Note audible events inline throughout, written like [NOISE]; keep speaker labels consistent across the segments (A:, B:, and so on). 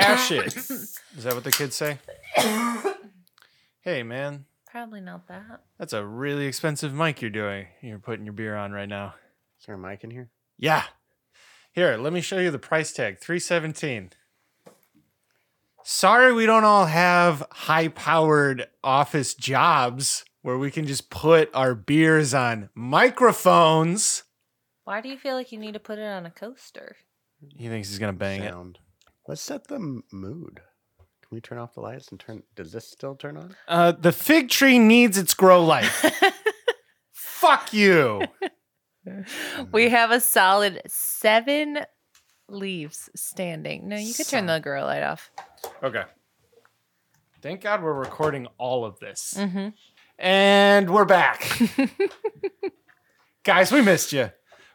A: ashes. Is that what the kids say? hey, man,
B: Probably not that.
A: that's a really expensive mic you're doing. You're putting your beer on right now.
C: Is there a mic in here?
A: Yeah. Here, let me show you the price tag. 317. Sorry we don't all have high-powered office jobs where we can just put our beers on microphones.
B: Why do you feel like you need to put it on a coaster?
A: He thinks he's going to bang it.
C: Sound. Let's set the m- mood. Can we turn off the lights and turn? Does this still turn on?
A: Uh, the fig tree needs its grow light. Fuck you.
B: [GASPS] we have a solid seven leaves standing. No, you could turn the
A: Seven.
B: grow light off.
A: Okay. Thank God we're recording all of this.
B: Mm-hmm.
A: And we're back. [LAUGHS] Guys, we missed you.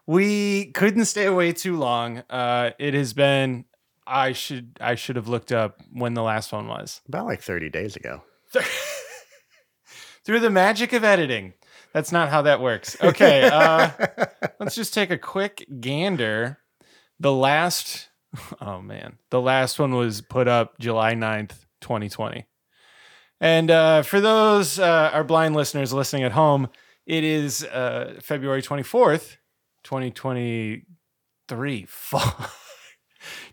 A: We couldn't stay away too long. Uh, it has been I should I should have looked up when the last one was.
C: About like 30 days ago.
A: Through the magic of editing. That's not how that works. Okay, uh, let's just take a quick gander. The last [LAUGHS] oh man, the last one was put up July 9th, 2020. And uh, for those uh, our blind listeners listening at home, it is uh, February 24th, 2023. Fuck. [LAUGHS]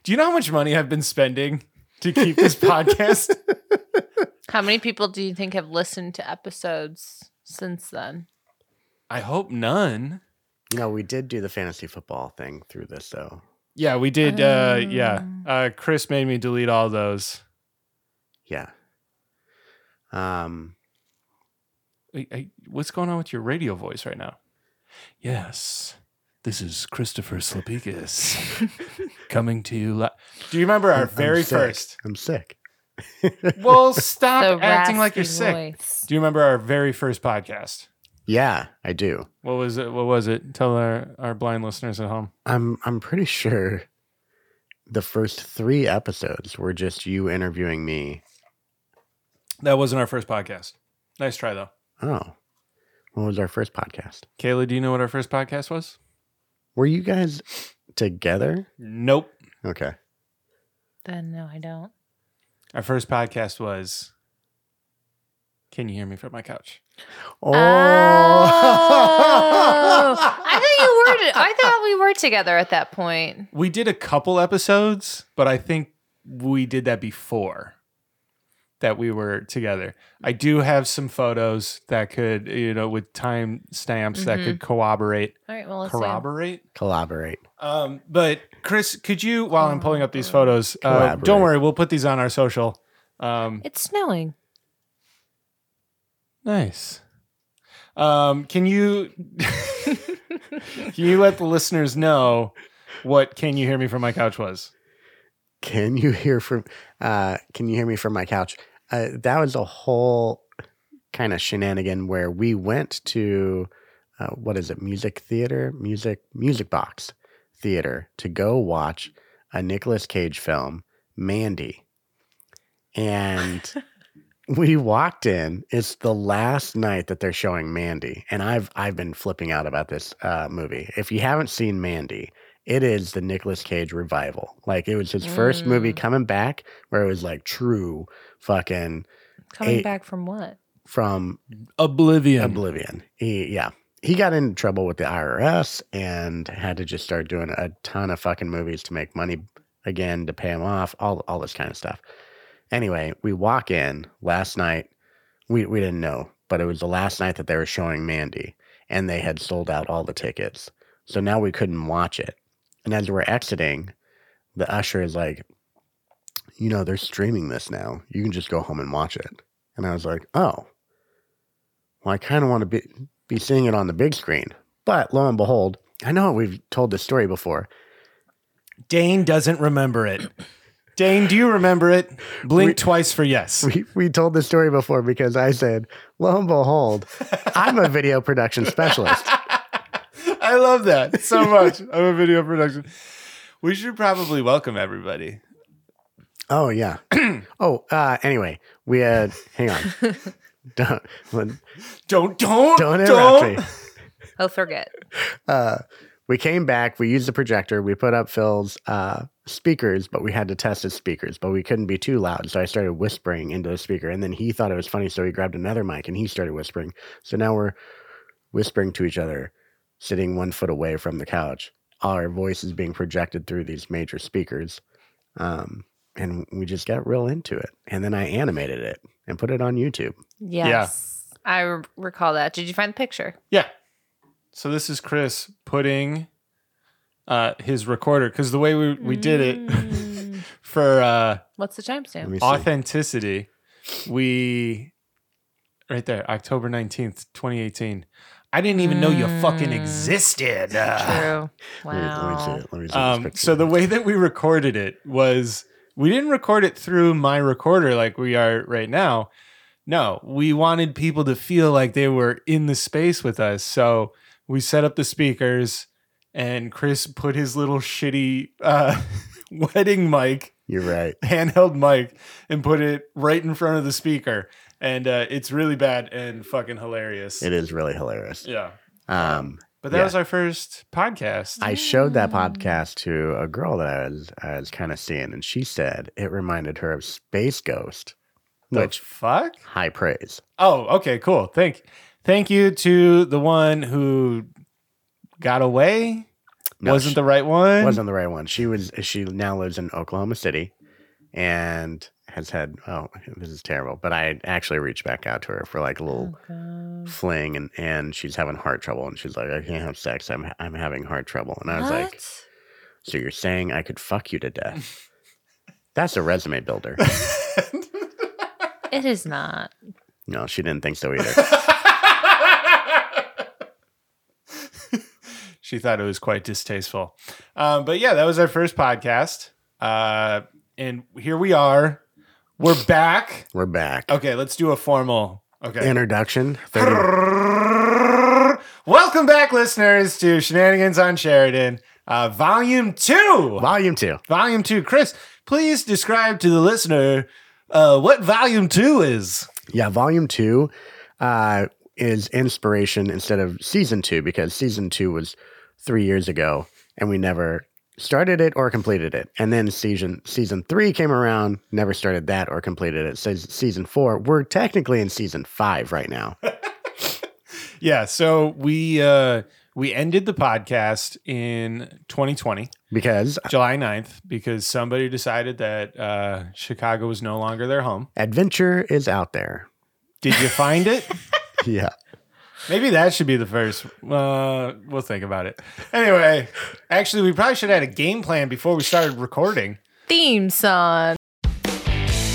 A: Do you know how much money I've been spending to keep this podcast?
B: How many people do you think have listened to episodes since then?
A: I hope none.
C: You know, we did do the fantasy football thing through this, though.
A: Yeah, we did. Uh, yeah,
B: Um.
A: uh, Chris made me delete all those.
C: Yeah. Um.
A: I, I, what's going on with your radio voice right now? Yes, this is
B: [LAUGHS]
A: Christopher Slapikis coming to you. Li- Do you remember our
C: I'm- I'm
A: very
C: sick.
A: first?
C: I'm sick.
B: [LAUGHS]
A: Well, stop
B: The
A: acting like you're
B: raspy
A: sick.
B: voice.
A: Do you remember our very first podcast?
C: Yeah, I do.
A: What was it? What was it? Tell our, our blind listeners at home.
C: I'm I'm pretty sure the first three episodes were just you interviewing me.
A: That wasn't our first podcast. Nice try though.
C: Oh, what was our first podcast?
A: Kayla, do you know what our first podcast was?
C: Were you guys together?
A: Nope.
C: Okay.
B: Then no, I don't.
A: Our first podcast was Can you hear me from my couch?
C: Oh,
D: Uh,
B: Oh! I thought you were. I thought we were together at that point.
A: We did a couple episodes, but I think we did that before that we were together. I do have some photos that could, you know, with time stamps that
B: Mhm.
A: could corroborate
B: All right. Well, let's do-
A: corroborate.
C: collaborate.
A: Um, but Chris, could you while I'm pulling up these photos, uh,
C: Collaborate.
A: don't worry, we'll put these on our social. Um,
B: It's snowing.
A: nice. Um, can you [LAUGHS] can you let the listeners know what "Can You Hear Me From My Couch" was?
C: Can you hear from? Uh, can you hear me from my couch? Uh, that was a whole kind of shenanigan where we went to uh, what is it? Music theater, music music box theater to go watch a Nicolas Cage film, Mandy, and. We walked in. It's the last night that they're showing Mandy, and I've I've been flipping out about this uh, movie. If you haven't seen Mandy, it is the Nicolas Cage revival. Like it was his first movie
B: Mm.
C: coming back, where it was like true fucking
B: Coming
C: Eight.
B: back from what?
C: from
A: Oblivion.
C: Oblivion. He, yeah, he got in trouble with the IRS and had to just start doing a ton of fucking movies to make money again to pay him off. All all this kind of stuff. Anyway, we walk in last night. We we didn't know, but it was the last night that they were showing Mandy, and they had sold out all the tickets. So now we couldn't watch it. And as we're exiting, the usher is like, "You know, they're streaming this now. You can just go home and watch it." And I was like, "Oh, well, I kind of want to be be seeing it on the big screen." But lo and behold, I know we've told this story before. [LAUGHS]
A: Dane doesn't remember it. [COUGHS] Dane, do you remember it? Blink
C: We-
A: twice for yes.
C: We, we told this story before because I said, lo and behold, I'm a video production specialist.
A: [LAUGHS] I love that so much. I'm a video production. We should probably welcome everybody.
C: Oh yeah. oh, uh, anyway, we had. Hang on. don't let-
A: Don't don't
B: Oh,
C: don't interrupt me.
B: He'll forget.
C: Uh, We came back, we used the projector, we put up Phil's uh, speakers, but we had to test his speakers, but we couldn't be too loud. So I started whispering into the speaker, and then he thought it was funny. So he grabbed another mic and he started whispering. So now we're whispering to each other, sitting one foot away from the couch. Our voices being projected through these major speakers. Um, and we just got real into it. And then I animated it and put it on YouTube.
B: Yes. I re- recall that. Did you find the picture?
A: Yeah. So this is Chris putting uh, his recorder because the way we, we did it
B: Mm.
A: [LAUGHS] for uh,
B: What's the
C: Let
B: timestamp?
C: me see.
A: authenticity, we right there October nineteenth, twenty eighteen. I didn't even know you fucking
B: Mm.
A: existed.
B: True.
C: Let me- Let me
B: Wow.
C: see it. Let me see
A: [LAUGHS]
C: this
A: Um,
C: picture.
A: so the way that we recorded it was we didn't record it through my recorder like we are right now. No, we wanted people to feel like they were in the space with us. So we set up the speakers, and Chris put his little shitty uh, [LAUGHS] wedding mic,
C: You're right.
A: [LAUGHS] handheld mic, and put it right in front of the speaker. And uh, it's really bad and fucking hilarious.
C: It is really hilarious.
A: Yeah.
C: Um,
A: But that
C: Yeah.
A: was our first podcast.
C: I showed that
B: Mm.
C: podcast to a girl that I was, I was kind of seeing, and she said it reminded her of Space Ghost,
A: The
C: which
A: fuck?
C: high praise.
A: Oh, okay, cool. Thank thank you to the one who got away.
C: No,
A: wasn't
C: she-
A: the right one.
C: wasn't the right one. She was she now lives in Oklahoma City, and has had oh this is terrible. But I actually reached back out to her for like a little
B: Oh, God.
C: fling, and and she's having heart trouble, and she's like I can't have sex. I'm I'm having heart trouble, and I was like,
B: What?
C: so you're saying I could fuck you to death?
A: [LAUGHS]
C: That's a resume builder.
B: it is not.
C: No, she didn't think so either.
A: she thought it was quite distasteful. Um, but yeah, that was our first podcast. Uh, and here we are. We're back.
C: We're back.
A: Okay, let's do a formal. Okay.
C: Introduction. 30
A: Welcome back, listeners, to Shenanigans on Sheridan, uh, Volume 2.
C: volume two.
A: Volume 2. Chris, please describe to the listener uh, what Volume 2 is.
C: Yeah, volume two uh, is inspiration instead of season two because season two was three years ago and we never started it or completed it. And then season season three came around, never started that or completed it. Says season four. We're technically in season five right now.
A: Yeah, so we uh, we ended the podcast in 2020,
C: Because
A: July 9th, because somebody decided that uh, Chicago was no longer their home.
C: adventure is out there.
A: Did you find it?
C: Yeah.
A: Maybe that should be the first. Uh, we'll think about it. Anyway, actually, we probably should have had a game plan before we started recording.
B: Theme song.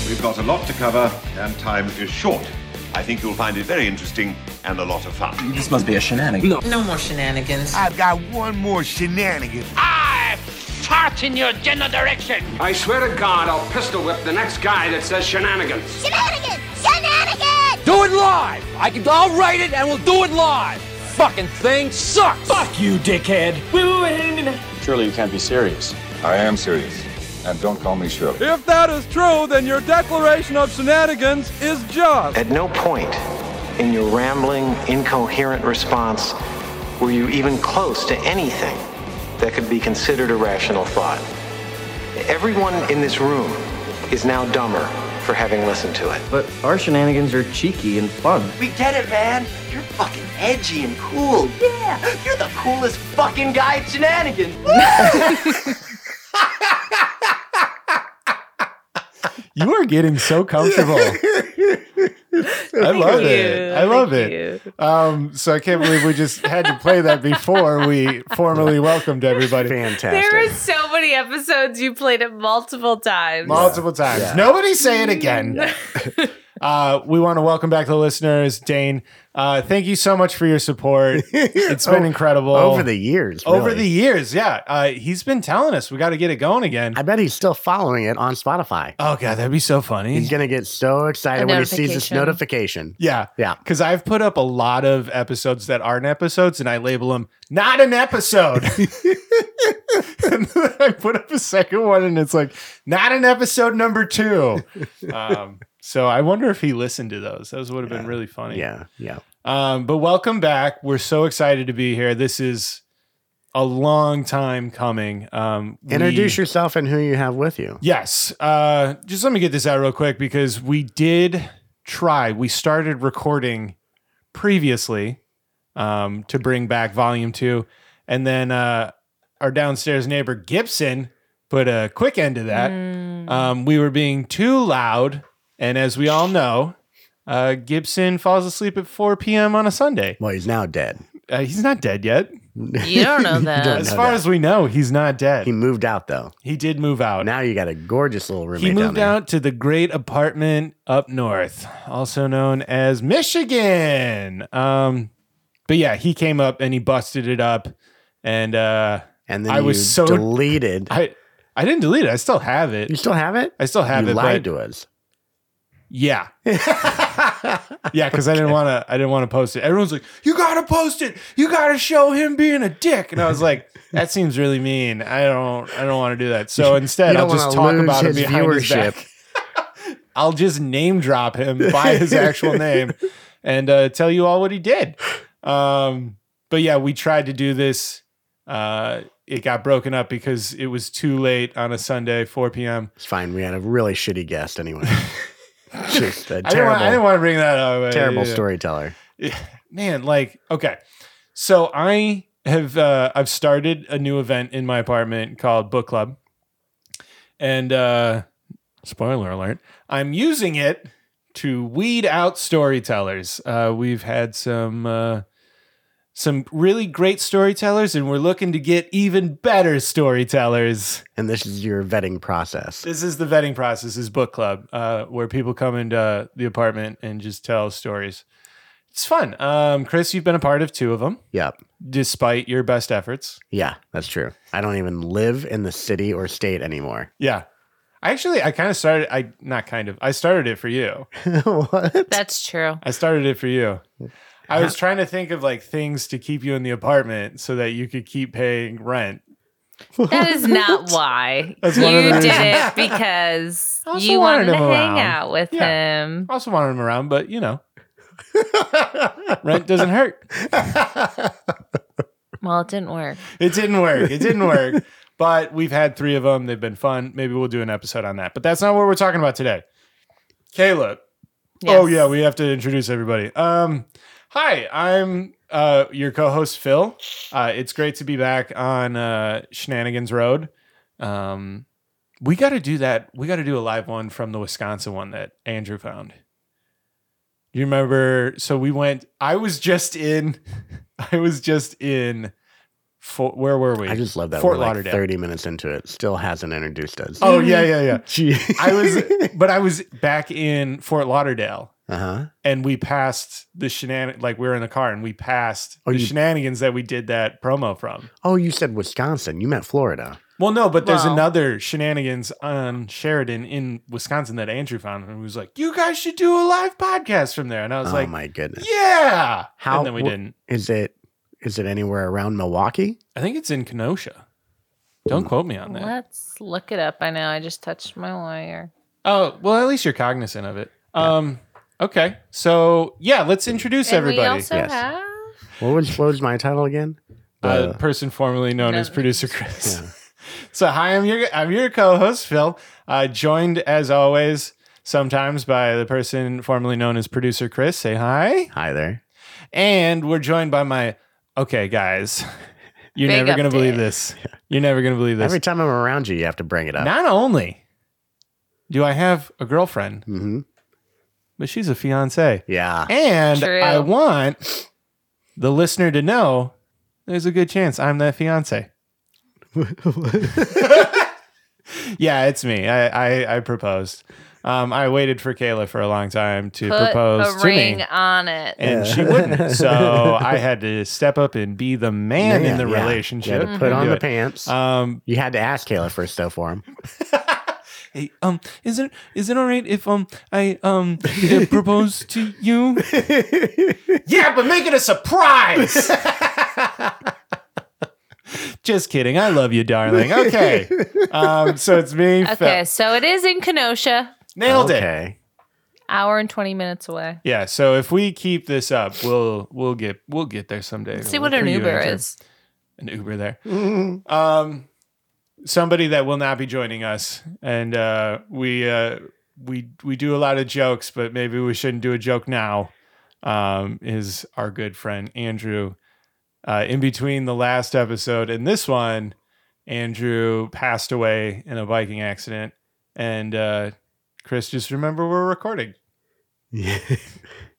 E: We've got a lot to cover, and time is short. I think you'll find it very interesting and a lot of fun.
F: This must be a shenanigan.
D: No more shenanigans.
F: Ah,
G: I've got one more shenanigan.
H: I fart in your general direction.
I: I swear to God, I'll pistol whip the next guy that says shenanigans.
J: Shenanigans! Shenanigans!
F: Do it live! I can, I'll write it and we'll do it live! Fucking thing sucks! Fuck you, dickhead!
K: Surely you can't be serious. I am serious. And don't call me Shirley.
F: If that is true, then your declaration of shenanigans is just.
L: At no point in your rambling, incoherent response were you even close to anything that could be considered a rational thought. Everyone in this room is now dumber for having listened to it.
F: But our shenanigans are cheeky and fun.
L: We get it, man. You're fucking edgy and cool. Yeah, you're the coolest fucking guy at shenanigans.
A: You are getting so comfortable. [LAUGHS] I love it. I love it. Um, so I can't believe we just had to play that before we formally welcomed everybody
C: Fantastic.
B: There were so many episodes you played it multiple times.
A: multiple times. Nobody say it again. Uh, we want to welcome back the listeners, Dane. Uh, thank you so much for your [LAUGHS] support. It's been
C: Oh,
A: incredible
C: Over the years.
A: over
C: really.
A: the years. Yeah, uh, he's been telling us we got to get it going again.
C: I bet he's still following it on Spotify.
A: Oh god, that'd be so funny.
C: He's gonna get so excited
B: A
C: when he sees this
B: notification.
C: notification.
A: yeah,
C: Yeah.
A: Because I've put up a lot of episodes that aren't episodes, and I label them not an
C: [LAUGHS]
A: episode. [LAUGHS] and then I put up a second one, and it's like not an episode number two.
C: [LAUGHS]
A: Um, so I wonder if he listened to those. Those would have been really funny.
C: Yeah, yeah.
A: Um, but welcome back. We're so excited to be here. This is a long time coming. Um, we-
C: Introduce yourself and who you have with you.
A: Yes. Uh, just let me get this out real quick because we did try. We started recording previously um, to bring back Volume Two, and then uh, our downstairs neighbor Gibson put a quick end to that. Um, we were being too loud, and as we all know, uh, Gibson falls asleep at 4 p.m. on a Sunday.
C: Well, he's now dead.
A: Uh, he's not dead yet.
B: You don't
C: [LAUGHS]
B: know that.
C: don't
A: As
C: know
A: far
C: that.
A: as we know, he's not dead.
C: he
A: He,
C: moved out though.
A: did move out.
C: Now you got a gorgeous little roommate.
A: He moved
C: down
A: out to the great apartment up north, also known as Michigan. Um, but yeah, he came up and he busted it up, and uh,
C: there. and then
A: I
C: you
A: was so-
C: deleted.
A: I I didn't delete it. I still have it.
C: you still have it?
A: I still have
C: you
A: it.
C: lied
A: but
C: to us. [LAUGHS]
A: yeah, yeah, because I didn't want to. I didn't want to post it. Everyone's like, "You gotta post it. You gotta show him being a dick." And I was like, [LAUGHS] "That seems really mean. I don't. I don't want to do that." So instead,
C: [LAUGHS] you
A: I'll
C: don't
A: just
C: wanna
A: talk
C: lose
A: about him
C: his
A: behind his
C: viewership.
A: back. I'll just name drop him by his
C: [LAUGHS]
A: actual name and uh, tell you all what he did. Um, but yeah, we tried to do this. Uh, it got broken up because it was too late on a Sunday, 4 p.m.
C: It's fine. We had a really shitty
A: [LAUGHS]
C: guest anyway. Just a
A: I didn't,
C: terrible,
A: want, I didn't want to bring that up.
C: terrible
A: Yeah.
C: storyteller.
A: man like okay so i have uh i've started a new event in my apartment called book club and uh spoiler alert i'm using it to weed out storytellers uh we've had some uh some really great storytellers and we're looking to get even better storytellers
C: And this is your vetting process.
A: this is the vetting process. Is book club uh, where people come into the apartment and just tell stories. It's fun. Um, Chris, you've been a part of two of them,
C: Yep.
A: despite your best efforts.
C: Yeah, that's true. I don't even live in the city or state anymore.
A: Yeah, I actually I kind of started. I not kind of. I started it for you.
C: what?
B: That's true.
A: I started it for you. I [LAUGHS] was trying to think of like things to keep you in the apartment so that you could keep paying rent.
B: That is not why.
A: That's
B: you
A: one of the
B: did
A: reasons.
B: it because
A: [LAUGHS] I also
B: you wanted,
A: wanted
B: to
A: him around.
B: hang out with
A: Yeah.
B: him.
A: I also wanted him around, but you [LAUGHS] know, rent doesn't hurt.
B: Well, it didn't work.
A: It didn't work. It didn't work. [LAUGHS] but we've had three of them. They've been fun. Maybe we'll do an episode on that. But that's not what we're talking about today. Caleb. Oh
B: Yes.
A: yeah, we have to introduce everybody. Um, hi, I'm uh, your co-host Phil. Uh, it's great to be back on uh, Shenanigans Road. Um, we got to do that. We got to do a live one from the Wisconsin one that Andrew found. You remember? So we went. I was just in. [LAUGHS] I was just in. Fort, where were we?
C: I just love that
A: Fort
C: we're like
A: Lauderdale.
C: 30 minutes into it. Still hasn't introduced us.
A: Oh yeah, yeah, yeah.
C: [LAUGHS] Gee.
A: I was, but I was back in Fort Lauderdale,
C: [LAUGHS] Uh-huh.
A: and we passed the shenan like we were in the car and we passed
C: Oh,
A: the
C: you-
A: shenanigans that we did that promo from.
C: Oh, you said Wisconsin. You meant Florida.
A: Well, no, but there's
B: Wow.
A: another shenanigans on Sheridan in Wisconsin that Andrew found and he was like, "You guys should do a live podcast from there," and I was
C: oh
A: like,
C: my goodness.
A: "Yeah."
C: How-
A: and then we
C: wh-
A: didn't.
C: Is it is it anywhere around Milwaukee?
A: I think it's in Kenosha. Don't quote me on that.
B: Let's look it up. I know I just touched my wire.
A: Oh well, at least you're cognizant of it. Um. Okay, so yeah, let's introduce
B: And
A: everybody.
B: we also
C: yes.
B: have
C: What was what was my title again?
A: uh,
C: The-
A: person formerly known
B: No,
A: as
B: no.
A: producer Chris. [LAUGHS] so hi, I'm your I'm your co-host Phil, uh, joined as always sometimes by the person formerly known as producer Chris. Say hi,
C: Hi there.
A: and we're joined by my okay guys. [LAUGHS] You're
B: Big
A: never gonna
B: update.
A: believe this. You're never gonna believe this.
C: Every time I'm around you, you have to bring it up.
A: Not only do I have a girlfriend,
C: mm-hmm.
A: but she's a fiance.
C: Yeah.
A: And
B: True.
A: I want the listener to know there's a good chance I'm
B: [LAUGHS]
A: that fiance. yeah, it's me. I I, I proposed. Um, I waited for Kayla for a long time to
B: put
A: propose
B: a
A: to
B: ring
A: me,
B: on it.
A: and she
C: [LAUGHS]
A: wouldn't. So I had to step up and be the man, in the
C: Yeah. You
A: relationship.
C: had to put on
A: Do
C: the
A: it.
C: pants.
A: Um,
C: you had to ask Kayla for stuff for him.
A: hey, um, is it is it all right if um I um uh, propose to you? yeah, but make it a surprise. Just kidding. I love you, darling. Okay. Um, so it's me. Phil.
B: okay, so it is in Kenosha,
A: Nailed it.
C: okay.
B: hour and twenty minutes away.
A: Yeah. So if we keep this up, we'll we'll get we'll get there someday.
B: Let's see
A: We'll
B: what an
A: figure it
B: Uber
A: out.
B: is.
A: an Uber there. um, somebody that will not be joining us, and uh, we uh, we we do a lot of jokes, but maybe we shouldn't do a joke now. Um, is our good friend Andrew? Uh, in between the last episode and this one, Andrew passed away in a biking accident, and uh, Chris just remember we're recording.
C: Yeah.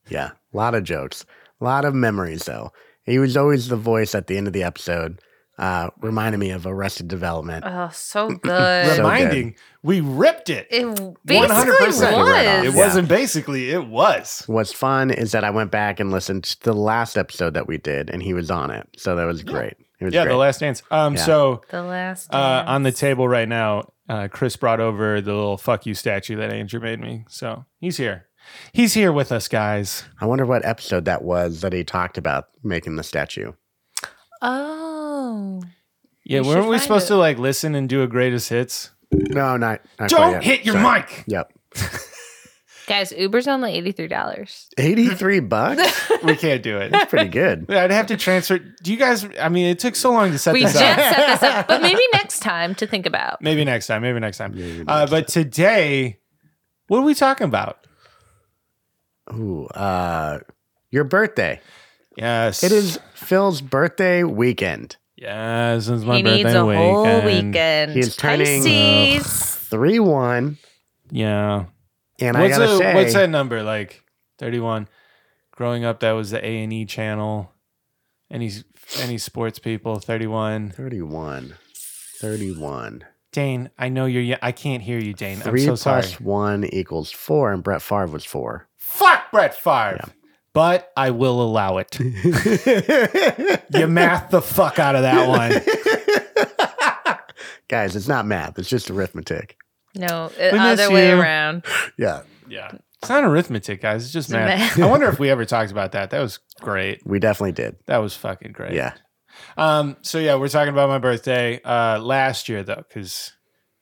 C: yeah. A lot of jokes. A lot of memories, though. He was always the voice at the end of the episode, uh, reminding me of Arrested Development.
B: Oh,
A: [CLEARS THROAT]
B: so good.
A: Reminding, we ripped it.
B: it basically
A: 100%
B: was.
A: It wasn't basically, it was.
C: What's fun is that I went back and listened to the last episode that we did, and he was on it. So that was great. It was
A: yeah,
C: great.
A: the last dance. Um,
C: Yeah.
A: so
B: The last.
A: uh, on the
B: dance.
A: table right now, uh, Chris brought over the little "fuck you" statue that Andrew made me. So he's here. He's here with us, guys.
C: I wonder what episode that was that he talked about making the statue.
B: Oh.
A: Yeah,
B: We
A: weren't
B: should
A: we
B: find
A: supposed
B: it.
A: to like listen and do a greatest hits?
C: No, not. not quite
A: Don't
C: yet.
A: hit your
C: Sorry.
A: mic.
C: Yep.
D: Guys, Uber's only eighty
A: [LAUGHS]
D: three dollars.
C: 83 bucks?
A: We can't do it.
C: That's pretty good.
A: I'd have to transfer. Do you guys? I mean, it took so long to set
D: We
A: this
D: just
A: up.
D: set this up, but maybe next time to think about.
A: Maybe next time. Maybe next time. uh, but today, what are we talking about?
C: Ooh, uh, your birthday.
A: Yes,
C: It is Phil's birthday weekend.
A: Yes, it's my
B: he
A: birthday
B: needs a
A: weekend.
B: whole weekend.
C: He is turning, uh,
B: Pisces.
C: 3 1.
A: Yeah.
C: And
A: what's
C: I gotta
A: a-
C: say,
A: what's that number like? Thirty-one. Growing up, that was the A and E channel. Any any sports people? Thirty-one.
C: 31. 31.
A: Dane, I know you're. ye- I can't hear you, Dane. i I'm
C: 3
A: so
C: plus
A: sorry.
C: 1 equals 4, and Brett Favre was 4.
A: Fuck Brett Favre. But I will allow
C: [LAUGHS]
A: it. you math the fuck out of that
C: [LAUGHS]
A: one.
C: Guys, it's not math, it's just arithmetic.
B: No,
A: miss
B: other way
A: you.
B: around.
C: Yeah.
A: Yeah. It's not arithmetic, guys. It's just
B: It's
A: math.
B: math.
A: I wonder if we ever talked about that. That was great.
C: We definitely did.
A: That was fucking great.
C: Yeah.
A: Um, so yeah, we're talking about my birthday uh, last year though, because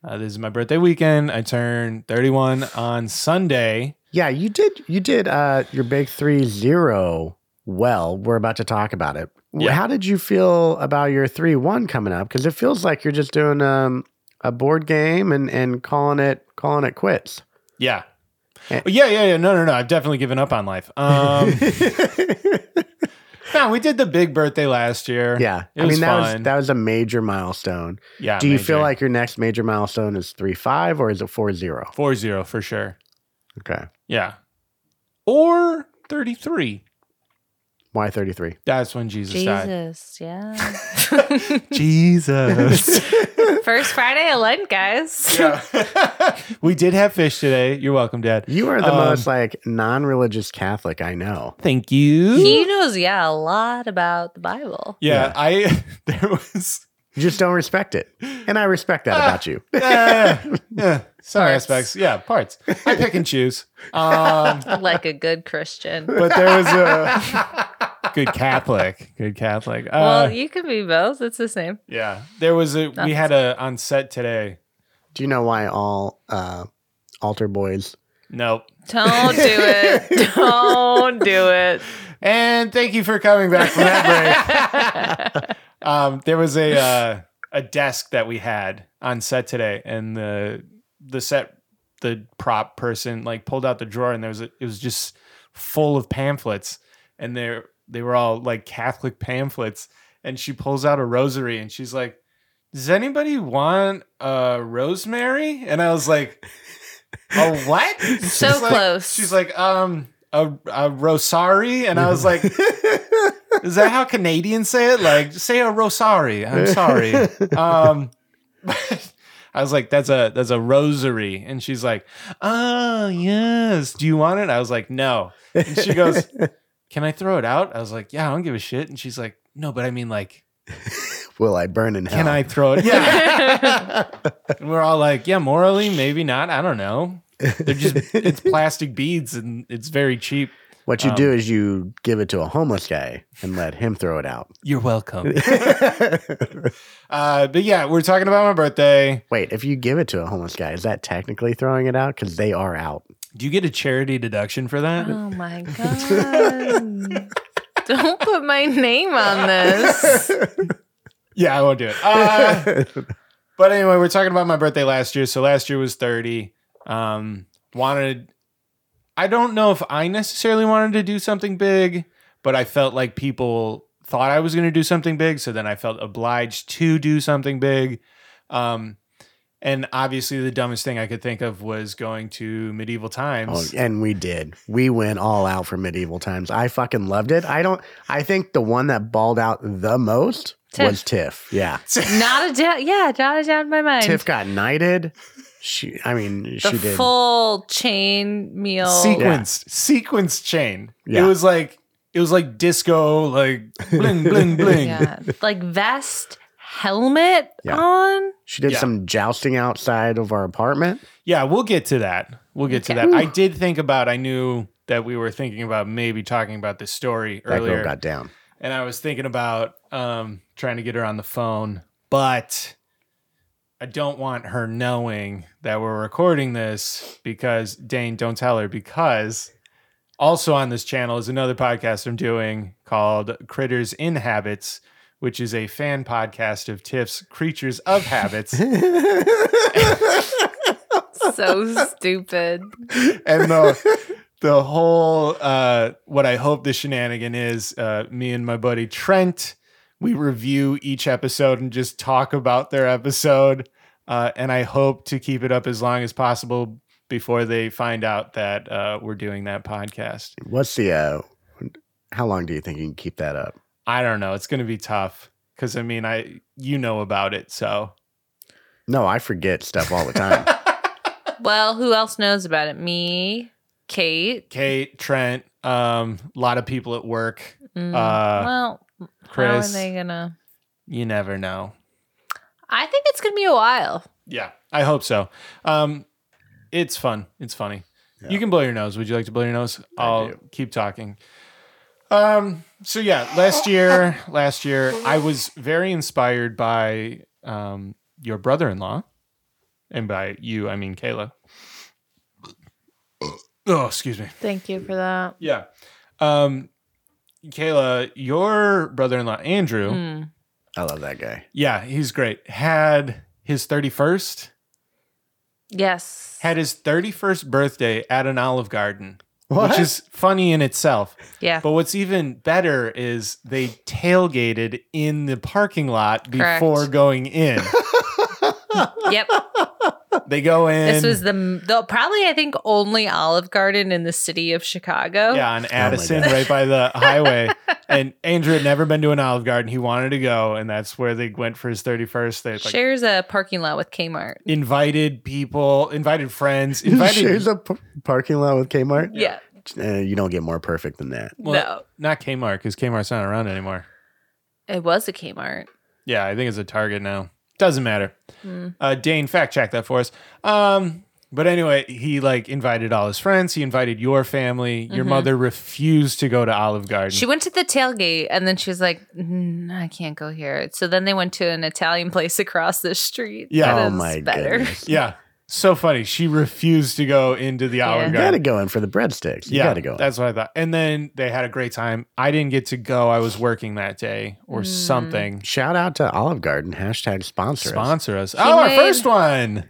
A: uh, this is my birthday weekend. I turned 31 on Sunday.
C: Yeah, you did. You did uh, your big three zero well. We're about to talk about it.
A: Yeah.
C: How did you feel about your three one coming up? Because it feels like you're just doing um, a board game and and calling it calling it quits.
A: Yeah.
C: Eh.
A: Yeah, yeah, yeah. No, no, no. I've definitely given up on life.
C: [LAUGHS]
A: Um, no, we did the big birthday last year.
C: yeah,
A: It
C: I
A: was
C: mean that
A: fun.
C: was that was a major milestone.
A: yeah.
C: Do you feel
A: major.
C: like your next major milestone is three five or is it four zero?
A: 4 0 for sure?
C: Okay,
A: Yeah. Or 33.
C: why thirty three?
A: That's when Jesus, died.
B: Jesus, yeah.
A: Jesus.
D: [LAUGHS]
A: [LAUGHS]
D: First Friday of Lent, guys.
A: [LAUGHS] we did have fish today. You're welcome, Dad.
C: You are the
A: Um,
C: most like non religious Catholic I know.
A: Thank you.
B: he knows, yeah, a lot about the Bible.
A: yeah, I [LAUGHS] there was
C: You just don't respect it, and I respect that
A: [LAUGHS]
C: about you.
A: uh, [LAUGHS] yeah, some aspects. Yeah, parts. I pick and choose. Um,
B: Like a good Christian.
C: Uh,
A: but there was a [LAUGHS] good Catholic. Good Catholic. Uh,
B: well, you can be both. It's the same.
A: yeah, there was a. We
B: That's-
A: had a on set today.
C: Do you know why all uh, altar boys?
A: Nope.
B: Don't do it.
C: [LAUGHS]
B: Don't do it.
A: And thank you for coming back from that [LAUGHS] break. um, there was a uh, a desk that we had on set today, and the the set the prop person like pulled out the drawer, and there was a, it was just full of pamphlets, and they they were all like Catholic pamphlets, and she pulls out a rosary, and she's like. Does anybody want a rosemary? And I was like, a
B: [LAUGHS]
A: what?
B: So
A: She's like-
B: close.
A: She's like, um, a, a rosari, and I
B: [LAUGHS]
A: was like, is that how Canadians say it? Like, say a rosari.
B: [LAUGHS]
A: I'm sorry. Um, [LAUGHS] I was like, that's a that's a rosary, and she's like, oh yes. Do you want it? I was like, no. And she goes, can I throw it out? I was like, yeah, I don't give a shit. And she's like, no, but I mean like.
C: Will I burn in hell?
A: Can I throw it? Yeah. and we're all like, yeah, morally, maybe not. I don't know. They're just [LAUGHS] it's plastic beads and it's very cheap.
C: What you
A: um,
C: do is you give it to a homeless guy and let him throw it out.
A: You're [LAUGHS] welcome. uh, but yeah, we're talking about my birthday.
C: Wait, if you give it to a homeless guy, is that technically throwing it out? Because they are out.
A: Do you get a charity deduction for that?
B: [LAUGHS] Oh
C: [LAUGHS]
B: my
C: [LAUGHS]
B: God. Don't put my name on this.
A: Yeah, I won't do it. Uh, but anyway, we're talking about my birthday last year. So last year was 30. Um, wanted, I don't know if I necessarily wanted to do something big, but I felt like people thought I was going to do something big. So then I felt obliged to do something big. Um, and obviously, the dumbest thing I could think of was going to medieval
C: Oh,
A: times.
C: and we did. We went all out for medieval times. I fucking loved it. I don't. I think the one that balled out the most
D: Tiff.
C: was Tiff. Yeah,
D: not a doubt. Yeah, not a doubt in my mind.
C: Tiff got knighted. She. I mean,
D: the
C: she did.
D: full chain meal.
A: sequenced sequence chain.
C: Yeah.
A: It was like it was like disco, like bling
C: [LAUGHS]
A: bling bling.
D: Yeah. like vest, helmet
C: Yeah.
D: on.
C: she did
A: Yeah.
C: some jousting outside of our apartment.
A: Yeah, we'll get to that. We'll get to
D: Okay.
A: that. I did think about. I knew that we were thinking about maybe talking about this story
C: That
A: earlier,
C: girl got down.
A: and I was thinking about um, trying to get her on the phone, but I don't want her knowing that we're recording this because Dane, don't tell her because. Also on this channel is another podcast I'm doing called Critters in Habits, which is a fan podcast of Tiff's Creatures of
C: [LAUGHS]
A: Habits.
C: [LAUGHS]
D: So stupid.
A: and the [LAUGHS] the whole uh, what I hope the shenanigan is uh, me and my buddy Trent we review each episode and just talk about their episode uh, and I hope to keep it up as long as possible before they find out that uh, we're doing that podcast.
C: What's the? Uh, how long do you think you can keep that up?
A: I don't know. It's going to be tough because I mean I you know about it so
C: No, I forget stuff all
D: [LAUGHS]
C: the time.
D: Well, who else knows about it? Me, Kate.
A: Kate Trent um a lot of people at work
D: Mm,
A: Uh,
D: well,
A: Chris.
D: how are they gonna?
A: you never know.
D: I think it's gonna be a while.
A: Yeah, I hope so. Um, it's fun. It's funny.
C: Yeah.
A: You can blow your nose. Would you like to blow your nose?
C: I
A: I'll
C: do.
A: keep talking. Um, so yeah, last year, last year I was very inspired by um your brother-in-law, and by you I mean Kayla. Oh, excuse me.
B: Thank you for that.
A: Yeah, um, Kayla, your brother-in-law Andrew.
D: Mm.
C: I love that guy.
A: Yeah, he's great. Had his thirty-first.
D: Yes.
A: had his 31st birthday at an Olive Garden,
C: What?
A: which is funny in itself.
D: yeah.
A: But what's even better is they tailgated in the parking lot
D: Correct.
A: before going in.
D: [LAUGHS] Yep.
A: they go in.
D: This was the, the probably I think only Olive Garden in the city of Chicago.
A: yeah, on Addison,
C: gosh.
A: right by the
D: [LAUGHS]
A: highway. and Andrew had never been to an Olive Garden. He wanted to go, and that's where they went for his 31st. They like
D: Shares a parking lot with Kmart.
A: invited people, invited friends, [LAUGHS] invited
C: shares a p- parking lot with Kmart.
D: Yeah.
C: Uh, you don't get more perfect than that.
A: Well, not Kmart because Kmart's not around anymore.
D: no, it was a Kmart.
A: Yeah, I think it's a Target now. Doesn't matter.
D: Mm.
A: Uh, Dane, fact check that for us. Um, but anyway, he like invited all his friends. He invited your family. Your
D: Mhm.
A: mother refused to go to Olive Garden.
D: She went to the tailgate and then she was like, "Mm, I can't go here. So then they went to an Italian [LAUGHS] place across the street.
A: Yeah.
D: That
C: oh
D: is
C: my
D: better.
C: goodness.
A: yeah, so funny. She refused to go into the Olive
D: Yeah.
C: You
A: Garden.
C: gotta go in for the breadsticks. You
A: yeah,
C: gotta go. in.
A: that's what I thought. And then they had a great time. I didn't get to go. I was working that day or
D: Mm.
A: something.
C: Shout out to Olive Garden. Hashtag sponsor. us.
A: Sponsor us. Oh, our
D: made-
A: first one.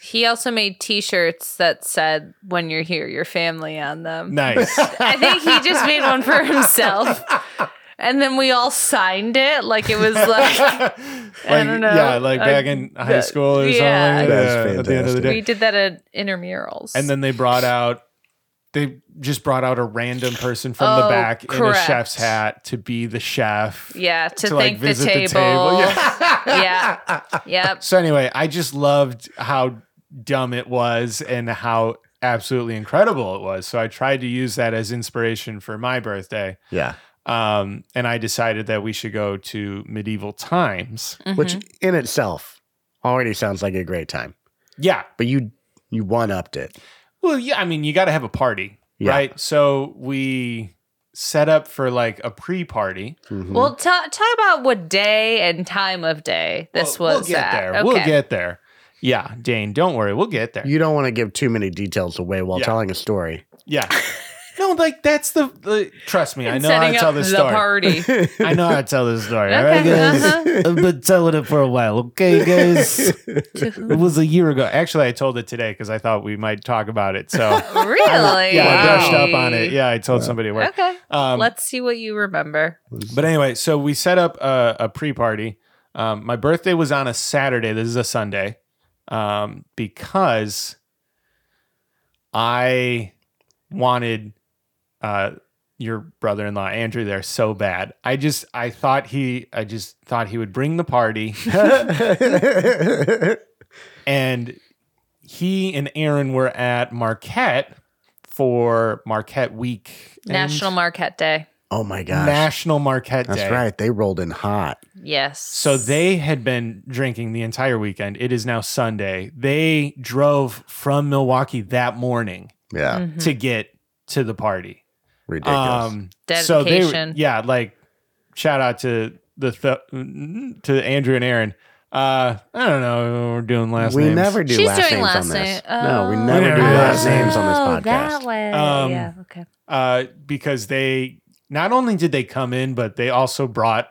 D: He also made T-shirts that said "When you're here, your family" on them.
A: Nice.
D: [LAUGHS] I think he just made
A: [LAUGHS]
D: one for himself, and then we all signed it like it
A: [LAUGHS]
D: was like
A: like,
D: don't know.
A: Yeah, like back in
D: I-
A: high
D: that-
A: school or
D: yeah.
A: something.
C: That's
A: yeah, at the end of the
C: fantastic.
A: day.
D: we did that at intramurals.
A: And then they brought out they just brought out a random person from the
D: Oh,
A: back in a
D: correct.
A: chef's hat to be the chef.
D: yeah, to,
A: like,
D: thank the
A: visit
D: table.
A: Yeah.
D: yeah,
A: [LAUGHS]
D: yep.
A: so anyway, I just loved how dumb it was and how absolutely incredible it was. So I tried to use that as inspiration for my birthday.
C: Yeah.
A: Um, and I decided that we should go to medieval times.
D: Mm.
C: Which
D: Mm-hmm.
C: in itself already sounds like a great time.
A: Yeah.
C: But you you one upped it.
A: Well, yeah, I mean, you got to have a party,
C: Yeah.
A: right? So we set up for like a pre-party.
C: Mhm.
D: Well, ta- talk about what day and time of day this
A: We'll-
D: was
A: We'll get
D: at.
A: there.
D: Okay.
A: We'll get there. Yeah, Dane, don't worry. We'll get there.
C: you don't want to give too many details away while
A: Yeah.
C: telling a story.
A: yeah. [LAUGHS] No, like that's the. the trust me, I
D: And
A: know how to
D: setting
A: tell
D: up
A: this
D: the
A: story.
D: party.
A: [LAUGHS] I know how to tell this story.
D: Okay,
A: all right, guys?
D: uh-huh.
A: [LAUGHS] I've been telling it for a while. Okay, [LAUGHS] guys. it was a year ago. Actually, I told it today because I thought we might talk about it. [LAUGHS] So
D: Really?
A: yeah, I brushed up on it. Yeah, I told somebody at work.
D: Okay.
A: Um,
D: Let's see what you remember.
A: But anyway, so we set up a, a pre party. Um, my birthday was on a Saturday. This is a Sunday um, because I wanted uh, your brother in law Andrew there so bad. I just I thought he I just thought he would bring the
C: [LAUGHS]
A: party, and he and Aaron were at Marquette for Marquette Week, and
D: National Marquette Day.
C: Oh my gosh.
A: National Marquette
C: That's
A: Day.
C: right. They rolled in hot.
D: Yes.
A: So they had been drinking the entire weekend. It is now Sunday. They drove from Milwaukee that morning
C: Yeah.
D: Mhm.
A: to get to the party. Um,
C: Ridiculous.
A: so they-
D: Dedication.
A: yeah, like shout out to the th- to Andrew and Aaron. Uh, I don't know what we're doing last
C: we
A: names.
C: never do
D: She's
C: last
D: doing
C: names on
D: last
C: this.
D: name.
C: No, we
D: Oh.
C: never do
A: Yeah.
C: last names on this
D: Oh,
C: podcast.
D: that way.
A: Um,
D: yeah. Okay.
A: uh, because they not only did they come in, but they also brought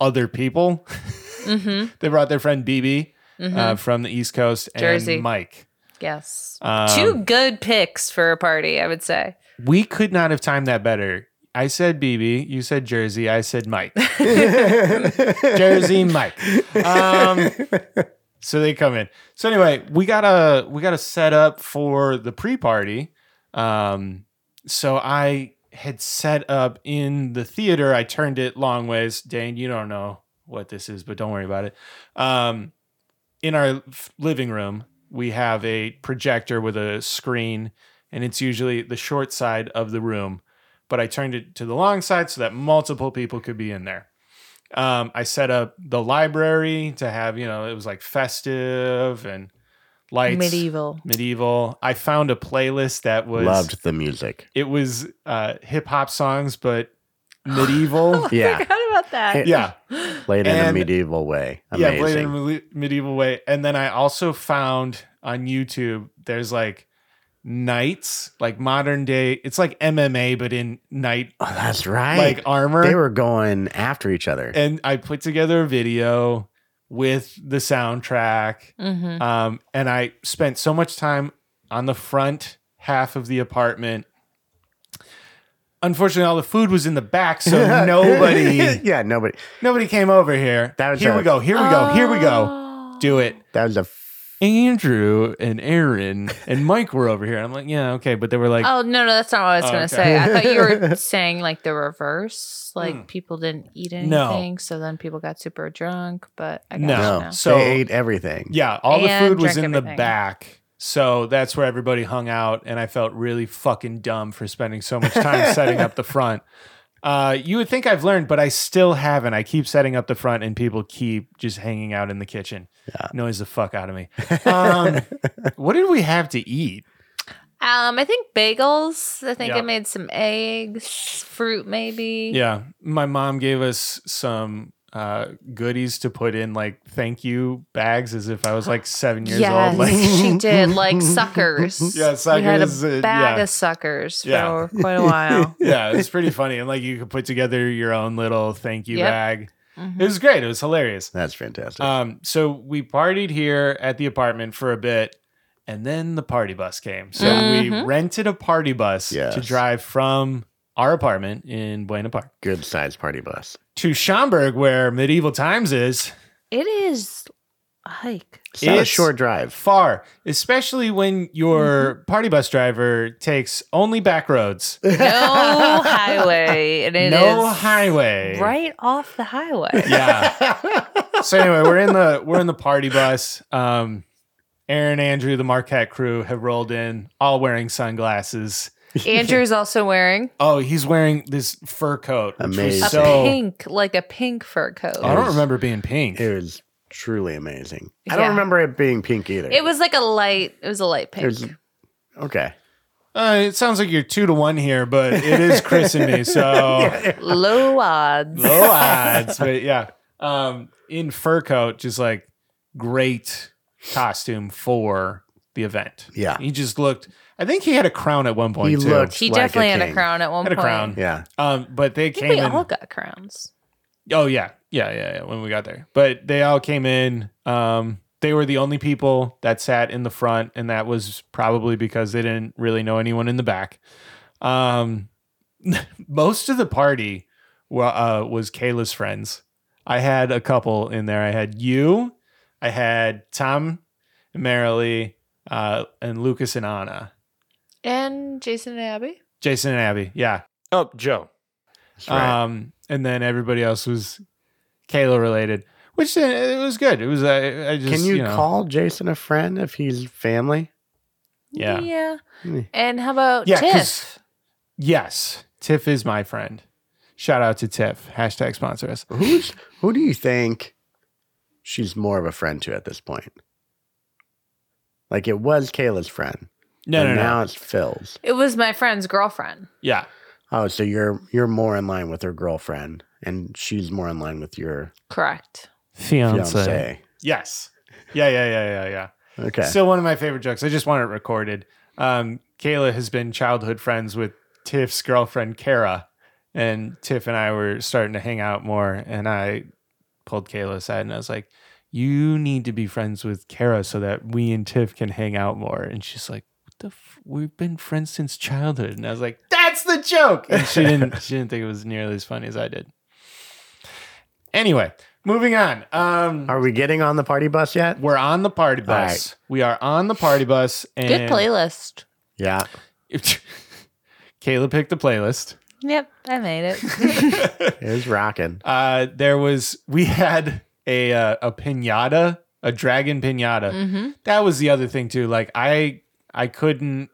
A: other people. [LAUGHS]
D: Mm-hmm.
A: they brought their friend BB
D: Mhm.
A: uh, from the East Coast and
D: Jersey.
A: Mike.
D: Yes.
A: Um,
D: Two good picks for a party, I would say.
A: We could not have timed that better. I said BB, you said Jersey, I said Mike. Jersey Mike. Um, so they come in. So anyway, we got to we got to set up for the pre-party. Um, so I had set up in the theater. I turned it long ways. Dane, you don't know what this is, but don't worry about it. Um, in our f- living room, we have a projector with a screen, and it's usually the short side of the room. But I turned it to the long side so that multiple people could be in there. Um, I set up the library to have, you know, it was like festive and lights.
D: Medieval.
A: Medieval. I found a playlist that was
C: Loved
D: [LAUGHS]
C: the music.
A: it was uh, hip hop songs, but
C: [LAUGHS]
A: medieval.
D: I
C: Yeah.
D: forgot about that.
C: It-
A: yeah,
C: Played in a
A: And-
C: medieval way.
A: yeah, played in a
C: Amazing.
A: mele- medieval way. And then I also found on YouTube there's like knights, like modern day. It's like MMA, but in knight
C: oh, that's right.
A: like armor.
C: they were going after each other.
A: and I put together a video with the soundtrack.
D: Mm-hmm.
A: Um, and I spent so much time on the front half of the apartment. Unfortunately, all the food was in the back,
C: [LAUGHS]
A: so nobody
C: yeah, nobody.
A: nobody came over here.
C: That was
A: here
C: a-
A: we go. Here we go. Here we go. Do it.
C: That was a f-
A: Andrew and Aaron and Mike were over here. I'm like, yeah, okay, but they were like,
D: oh no, no, that's not what I was
A: Oh, okay.
D: gonna
A: Hmm.
D: say. I thought you were
C: [LAUGHS]
D: saying like the reverse, like people didn't eat
A: No.
D: anything, so then people got super drunk. But I got
A: No.
D: no.
C: no.
D: You now.
A: Oh. So-
C: they ate everything.
A: yeah, all the
D: And
A: food was
D: drank
A: in the
D: everything.
A: back. So that's where everybody hung out, and I felt really fucking dumb for spending so much time setting
D: [LAUGHS]
A: up the front. Uh, you would think I've learned, but I still haven't. I keep setting up the front, and people keep just hanging out in the kitchen.
C: Yeah.
A: Annoys the fuck out of me. Um, what did we have to eat?
D: Um, I think bagels. I think
A: Yeah.
D: I made some eggs, fruit maybe.
A: Yeah, my mom gave us some uh, goodies to put in like thank you bags, as if I was like seven years
D: yes,
A: old. Like,
D: [LAUGHS] she did. Like suckers.
A: Yeah,
D: We had
A: suckers, uh,
D: a bag
A: yeah.
D: of suckers for
A: Yeah.
D: quite
A: [LAUGHS]
D: a while.
A: yeah, it's pretty funny, and like you could put together your own little thank you
D: Yep.
A: bag.
D: Mhm.
A: It was great. It was hilarious.
C: That's fantastic.
A: Um, so we partied here at the apartment for a bit, and then the party bus came. So we
D: Mhm.
A: rented a party bus to
C: Yes.
A: drive from our apartment in Buena Park
C: Good sized party bus.
A: to Schaumburg, where medieval times is.
D: It is a hike.
C: It's, not a
A: It's-
C: short drive.
A: far, especially when your
D: Mm-hmm.
A: party bus driver takes only back roads,
D: [LAUGHS] No highway. And it is
A: no highway.
D: right off
A: [LAUGHS]
D: the highway.
A: Yeah. so anyway, we're in the we're in the party bus. Um, Aaron, Andrew, the Marquette crew have rolled in, all wearing sunglasses.
D: Andrew's also wearing
A: Oh, he's wearing this fur coat, which was
C: Amazing.
D: a
A: so. Oh.
D: pink, like a pink fur coat.
A: I don't remember being pink.
C: It was truly amazing. I don't
D: Yeah.
C: remember it being pink either.
D: It was like a light. It was a light
C: It
D: pink.
C: was- okay.
A: Uh, it sounds like you're two to one here, but it is Chris and me, so
C: [LAUGHS]
D: Low
A: [LAUGHS]
D: odds.
A: low odds, but yeah. Um, in fur coat, just like great costume for the event.
C: Yeah.
A: He just looked. I think he had a crown at one point.
C: He
A: too.
C: looked
D: He like a definitely had a king. crown at one
A: Had a
D: point.
A: crown.
C: Yeah.
A: Um, but they
D: I think
A: came
D: we
A: in.
D: all got crowns.
A: oh yeah. yeah, yeah, yeah. When we got there, but they all came in. Um, they were the only people that sat in the front, and that was probably because they didn't really know anyone in the back. Um, [LAUGHS] most of the party wa- uh, was Kayla's friends. I had a couple in there. I had you, I had Tom, Marilee, uh, and Lucas and Anna.
B: And Jason and Abby.
A: Jason and Abby. Yeah. Oh, Joe.
C: right.
A: Um, and then everybody else was Kayla related, which uh, it was good. It was. Uh, I just
C: Can you,
A: know,
C: call Jason a friend if he's family?
A: Yeah.
D: Yeah.
C: Hmm.
D: And how about
A: Yeah.
D: Tiff?
A: 'cause- Yes, Tiff is my friend. Shout out to Tiff. Hashtag sponsor us.
C: Who's who do you think she's more of a friend to at this point? Like it was Kayla's friend.
A: No,
C: and
A: no, no.
C: now it's Phil's.
D: It was my friend's girlfriend.
A: Yeah.
C: Oh, so you're you're more in line with her girlfriend, and she's more in line with your
D: Correct.
A: Fiance.
C: fiance.
A: Yes. Yeah. Yeah. Yeah. Yeah. Yeah.
C: Okay.
A: Still one of my favorite jokes. I just want it recorded. Um, Kayla has been childhood friends with Tiff's girlfriend, Kara. And Tiff and I were starting to hang out more. And I pulled Kayla aside and I was like, You need to be friends with Kara so that we and Tiff can hang out more. And she's like, What the? F- We've been friends since childhood. And I was like, That's the joke. And she didn't, [LAUGHS] she didn't think it was nearly as funny as I did. Anyway, moving on. Um,
C: Are we getting on the party bus yet?
A: we're on the party
C: All right.
A: bus. We are on the party bus. And
D: Good playlist.
C: Yeah.
A: [LAUGHS] Kayla picked the playlist.
D: Yep, I made it. [LAUGHS]
C: It was rocking.
A: Uh, there was we had a uh, a pinata, a dragon pinata.
D: hmm
A: That was the other thing too. Like I I couldn't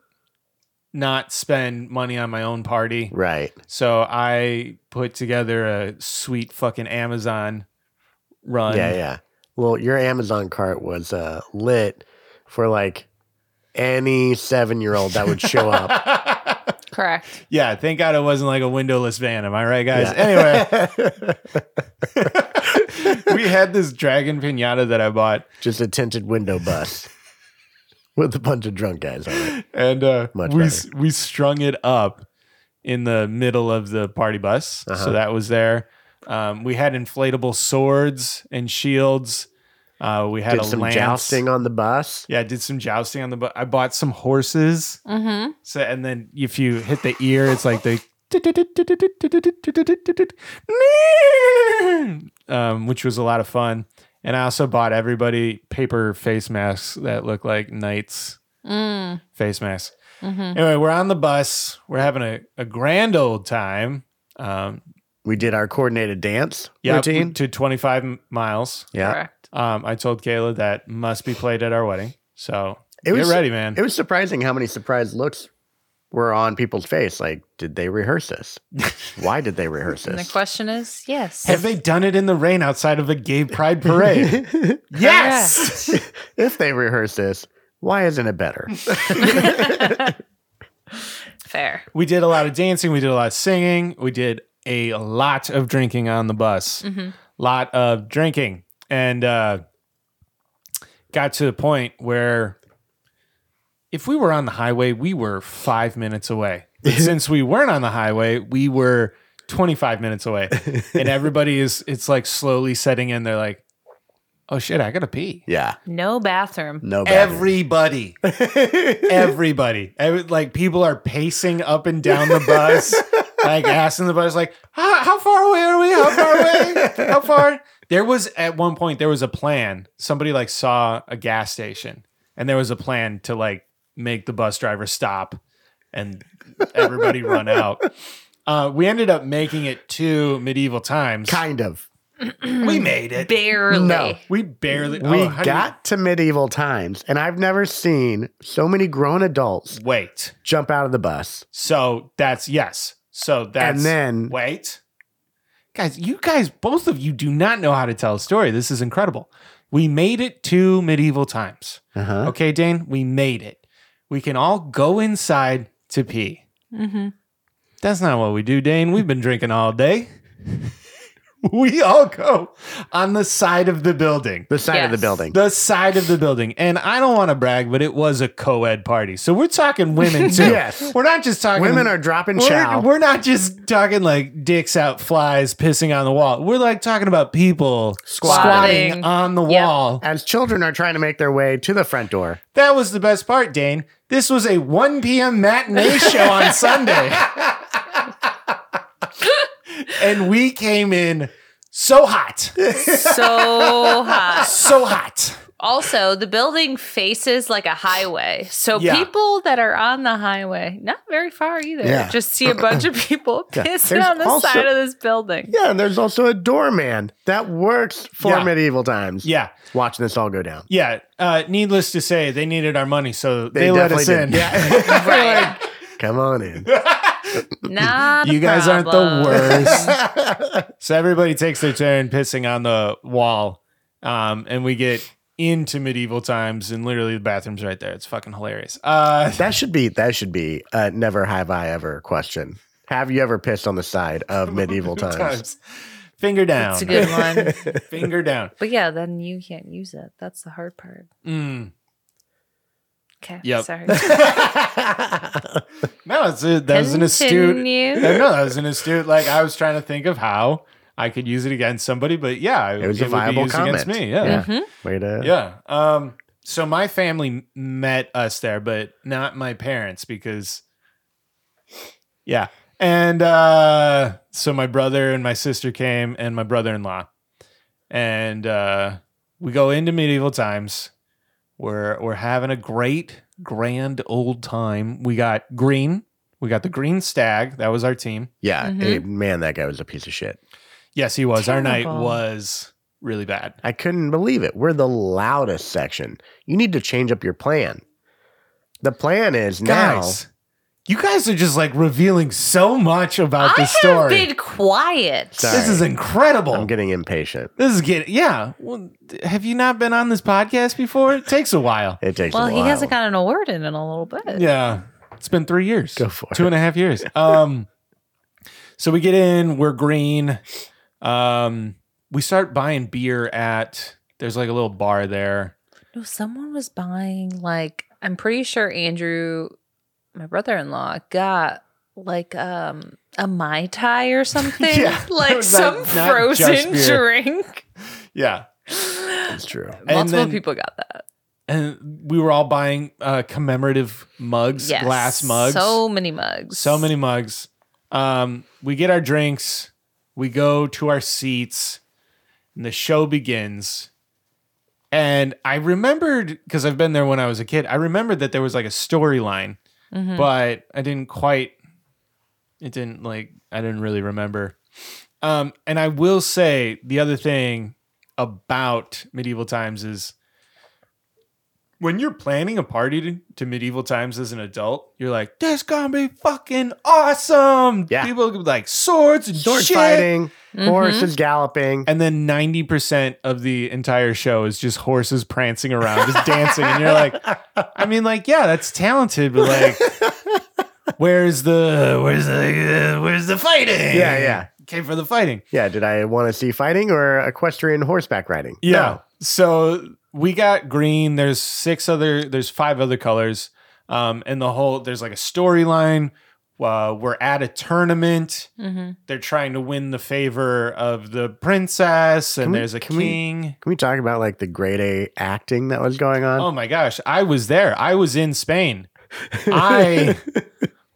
A: not spend money on my own party,
C: Right.
A: so I put together a sweet fucking Amazon run.
C: yeah, yeah. Well, your Amazon cart was uh, lit for like any seven year old that would show up.
D: Correct.
A: Yeah, thank God it wasn't like a windowless van. Am I right, guys?
C: Yeah.
A: Anyway,
C: [LAUGHS]
A: we had this dragon pinata that I bought,
C: Just a tinted window bus with a bunch of drunk guys on it.
A: and uh,
C: Much
A: we s- we strung it up in the middle of the party bus.
C: Uh-huh.
A: So that was there. Um, we had inflatable swords and shields. Uh, we had
C: Did
A: a
C: some
A: lance.
C: jousting on the bus.
A: Yeah, did some jousting on the. Bu- I bought some horses.
D: hmm
A: So and then if you hit the ear, it's like the [LAUGHS] um, which was a lot of fun. And I also bought everybody paper face masks that look like knights
D: Mm.
A: face masks.
D: hmm
A: Anyway, we're on the bus. We're having a, a grand old time. Um,
C: We did our coordinated dance
A: yeah,
C: routine.
A: to 25 m- miles.
C: Yeah.
D: Correct.
A: Um, I told Kayla that must be played at our wedding. So
C: It
A: get
C: was-
A: ready, man.
C: It was surprising how many surprise looks were on people's face. Like, did they rehearse this? Why did they rehearse
D: And the
C: this?
D: question is yes.
A: Have they done it in the rain outside of a gay pride parade? yes.
C: if they rehearse this, why isn't it better?
D: Fair.
A: We did a lot of dancing. We did a lot of singing. We did a lot of drinking on the bus.
D: Mhm.
A: Lot of drinking, and uh, got to the point where if we were on the highway, we were five minutes away. But since we weren't on the highway, we were twenty-five minutes away, and everybody is. It's like slowly setting in. They're like, "Oh shit, I gotta pee."
C: yeah.
D: No bathroom.
C: No. better.
A: [LAUGHS] Everybody, everybody, I would- like people are pacing up and down the [LAUGHS] bus, like asking the bus, like, how, how far away are we? How far away? How far? There was at one point there was a plan. Somebody like saw a gas station, and there was a plan to like make the bus driver stop, and everybody run out. Uh, we ended up making it to medieval times.
C: kind of.
A: We made it.
D: Barely.
C: No.
A: We barely.
C: We
A: oh, how do you-
C: got to medieval times, and I've never seen so many grown adults
A: wait.
C: jump out of the bus.
A: So that's yes. So that's
C: And then-
A: wait. Guys, you guys, both of you do not know how to tell a story. This is incredible. We made it to medieval times.
C: Uh-huh.
A: Okay, Dane, we made it. We can all go inside to pee.
D: Mm-hmm.
A: That's not what we do, Dane. We've been drinking all day. [LAUGHS] we all go on the side of the building.
C: The side of the Yes.
A: [LAUGHS]
C: building.
A: The side of the building. And I don't want to brag, but it was a co ed party. So we're talking
C: [LAUGHS]
A: women too.
C: Yes.
A: We're not just talking
C: Women are dropping
A: we're,
C: chow.
A: We're not just talking like dicks out flies pissing on the wall. We're like talking about people squatting,
C: Squatting.
A: on the wall.
C: As children are trying to make their way to the front door.
A: That was the best part, Dane. This was a 1 p.m. matinee show
C: [LAUGHS]
A: on Sunday. and we came in so hot.
D: [LAUGHS] So hot.
A: So hot.
D: Also, the building faces like a highway. So
A: Yeah.
D: people that are on the highway, not very far either,
C: Yeah.
D: just see a bunch
A: [LAUGHS]
D: of people
C: Yeah.
D: pissing
C: There's
D: on the
C: also-
D: side of this building.
C: Yeah, and there's also a doorman that works for
A: Yeah.
C: medieval times.
A: Yeah.
C: Watching this all go down.
A: Yeah. Uh, needless to say, they needed our money, so they,
C: They
A: let us
C: definitely
A: in.
C: did.
A: Yeah.
C: [LAUGHS] Come on [LAUGHS] in.
D: Not
A: [LAUGHS]
D: a
A: you guys aren't
D: problem.
A: the worst.
D: [LAUGHS]
C: [LAUGHS]
A: so everybody takes their turn pissing on the wall, um, and we get into medieval times, and literally the bathroom's right there. It's fucking hilarious. Uh,
C: that should be that should be a never have I ever question. Have you ever pissed on the side [LAUGHS] of medieval times?
A: Times. Finger down.
D: That's a good
A: [LAUGHS]
D: one.
A: Finger
C: [LAUGHS]
A: down.
D: But yeah, then you can't use it. That's the hard part.
A: Mm.
D: Okay.
A: Yep. [LAUGHS]
D: Sorry.
A: No, it's a, that was an astute. uh,
D: Continue.
A: No, that was an astute. Like I was trying to think of how I could use it against somebody, but yeah,
C: It was a
A: would be
C: viable
A: used
C: comment.
A: against me.
D: Mm-hmm.
A: Yeah.
C: Way to
A: [LAUGHS] Yeah. Um, so my family met us there, but not my parents because, yeah. And uh, so my brother and my sister came, and my brother in law, and uh, we go into medieval times. We're we're having a great grand old time. We got green. We got the green stag. That was our team.
C: Yeah.
A: Mhm.
C: eh, man, that guy was a piece of shit.
A: Yes, he was. Our night
D: Terrible.
A: was really bad.
C: I couldn't believe it. We're the loudest section. You need to change up your plan. The plan is
A: Guys, you guys are just like revealing so much about this story.
D: Been quiet.
C: now.
A: This is
C: Sorry,
A: incredible.
C: I'm getting impatient.
A: this is getting yeah. Well, d- have you not been on this podcast before? It takes a
C: [LAUGHS]
A: while.
C: It takes.
D: Well,
C: a
D: he
C: while.
D: hasn't gotten a word in in a little bit.
A: Yeah, it's been three years.
C: Go for
A: Two
C: it.
A: and a half years. Um, so we get in. We're green. Um, we start buying beer at. There's like a little bar there.
D: No, someone was buying like I'm pretty sure Andrew, my brother-in-law, got like um a mai tai
A: [LAUGHS]
D: or something,
A: Yeah,
D: [LAUGHS] like
A: not-
D: some
A: not
D: frozen
A: just beer.
D: drink.
A: Yeah,
C: It's true.
D: Multiple
A: then-
D: people got that.
A: and we were all buying uh, commemorative mugs,
D: Yes,
A: glass mugs.
D: So many mugs.
A: So many mugs. Um, we get our drinks, we go to our seats, and the show begins. And I remembered because I've been there when I was a kid. I remembered that there was like a storyline,
C: Mm-hmm.
D: Mhm.
A: but I didn't quite. It didn't like I didn't really remember. Um, and I will say the other thing about medieval times is when you're planning a party to, to medieval times as an adult, you're like, "This gonna be fucking awesome!"
C: Yeah.
A: people could be like swords and
C: Sword
A: shit.
C: fighting, horses galloping.
A: and then ninety percent of the entire show is just horses prancing around, just dancing, and you're like, "I mean, like, yeah, that's talented, but like, [LAUGHS] where's the where's the where's the fighting?
C: Yeah, yeah.
A: came for the fighting."
C: Yeah. Did I want to see fighting or equestrian horseback riding?
A: Yeah.
C: No.
A: So we got green. There's six other. There's five other colors. Um, and the whole there's like a storyline. Uh, we're at a tournament.
D: Mhm.
A: They're trying to win the favor of the princess, and
C: Can we-
A: there's a
C: can we-
A: king.
C: Can we talk about like the grade A acting that was going on?
A: Oh my gosh, I was there. I was in Spain. I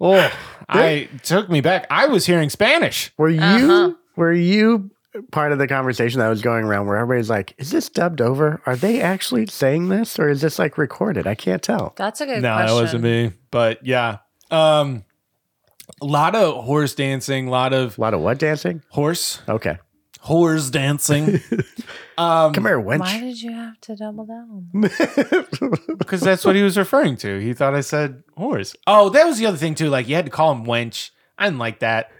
A: oh, I took me back. I was hearing Spanish.
C: Were you
D: Uh-huh.
C: were you part of the conversation that was going around where everybody's like, "Is this dubbed over? Are they actually saying this, or is this like recorded? I can't tell."
D: That's a good
A: no,
D: question.
A: that wasn't me. But yeah, um, a lot of horse dancing, a lot of
C: A lot of what dancing?
A: horse
C: Okay,
A: whores dancing. um,
C: come here,
D: Why
C: wench.
D: did you have to double down?
A: because that's what he was referring to. He thought I said whores. Oh, that was the other thing too. Like you had to call him wench. I didn't like that.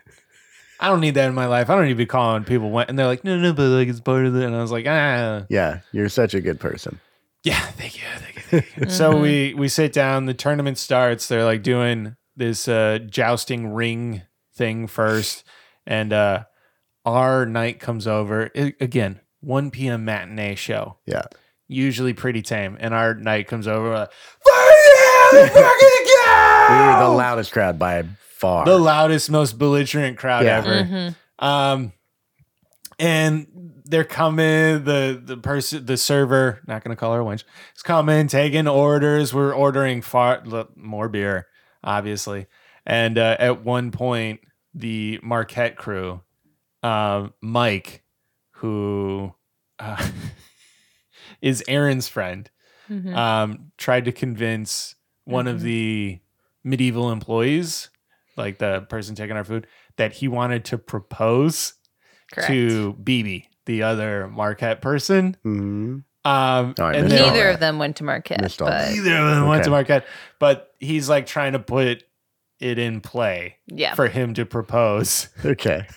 A: I don't need that in my life. I don't need to be calling people wench. And they're like, no, no, but like it's part of it. And I was like, ah,
C: yeah, you're such a good person.
A: yeah, thank you, thank you. Thank you. so we we sit down. The tournament starts. They're like doing this uh, jousting ring thing first, and uh, our night comes over i- again 1 p.m matinee show
C: yeah
A: usually pretty tame and our night comes over we're like,
C: We were the loudest crowd by far.
A: Oh. the loudest most belligerent crowd
C: Yeah.
A: ever um and they're coming the the person the server not gonna call her wench is coming taking orders we're ordering far l- more beer obviously and uh, at one point the marquette crew uh, mike who uh, [LAUGHS] is aaron's friend
D: Mm-hmm.
M: Mhm.
C: uh,
A: um, tried to convince one of the medieval employees like the person taking our food that he wanted to propose
B: Correct.
A: to BB, the other Marquette person.
C: Mm-hmm.
A: Um,
C: Oh, I
A: and
C: missed
A: they're-
C: all
D: Neither of them went to Marquette.
C: Missed all
D: But
C: that.
A: neither of them went to
C: Okay.
A: Marquette, but he's like trying to put it in play
D: Yeah. [LAUGHS]
A: for him to propose
C: Okay.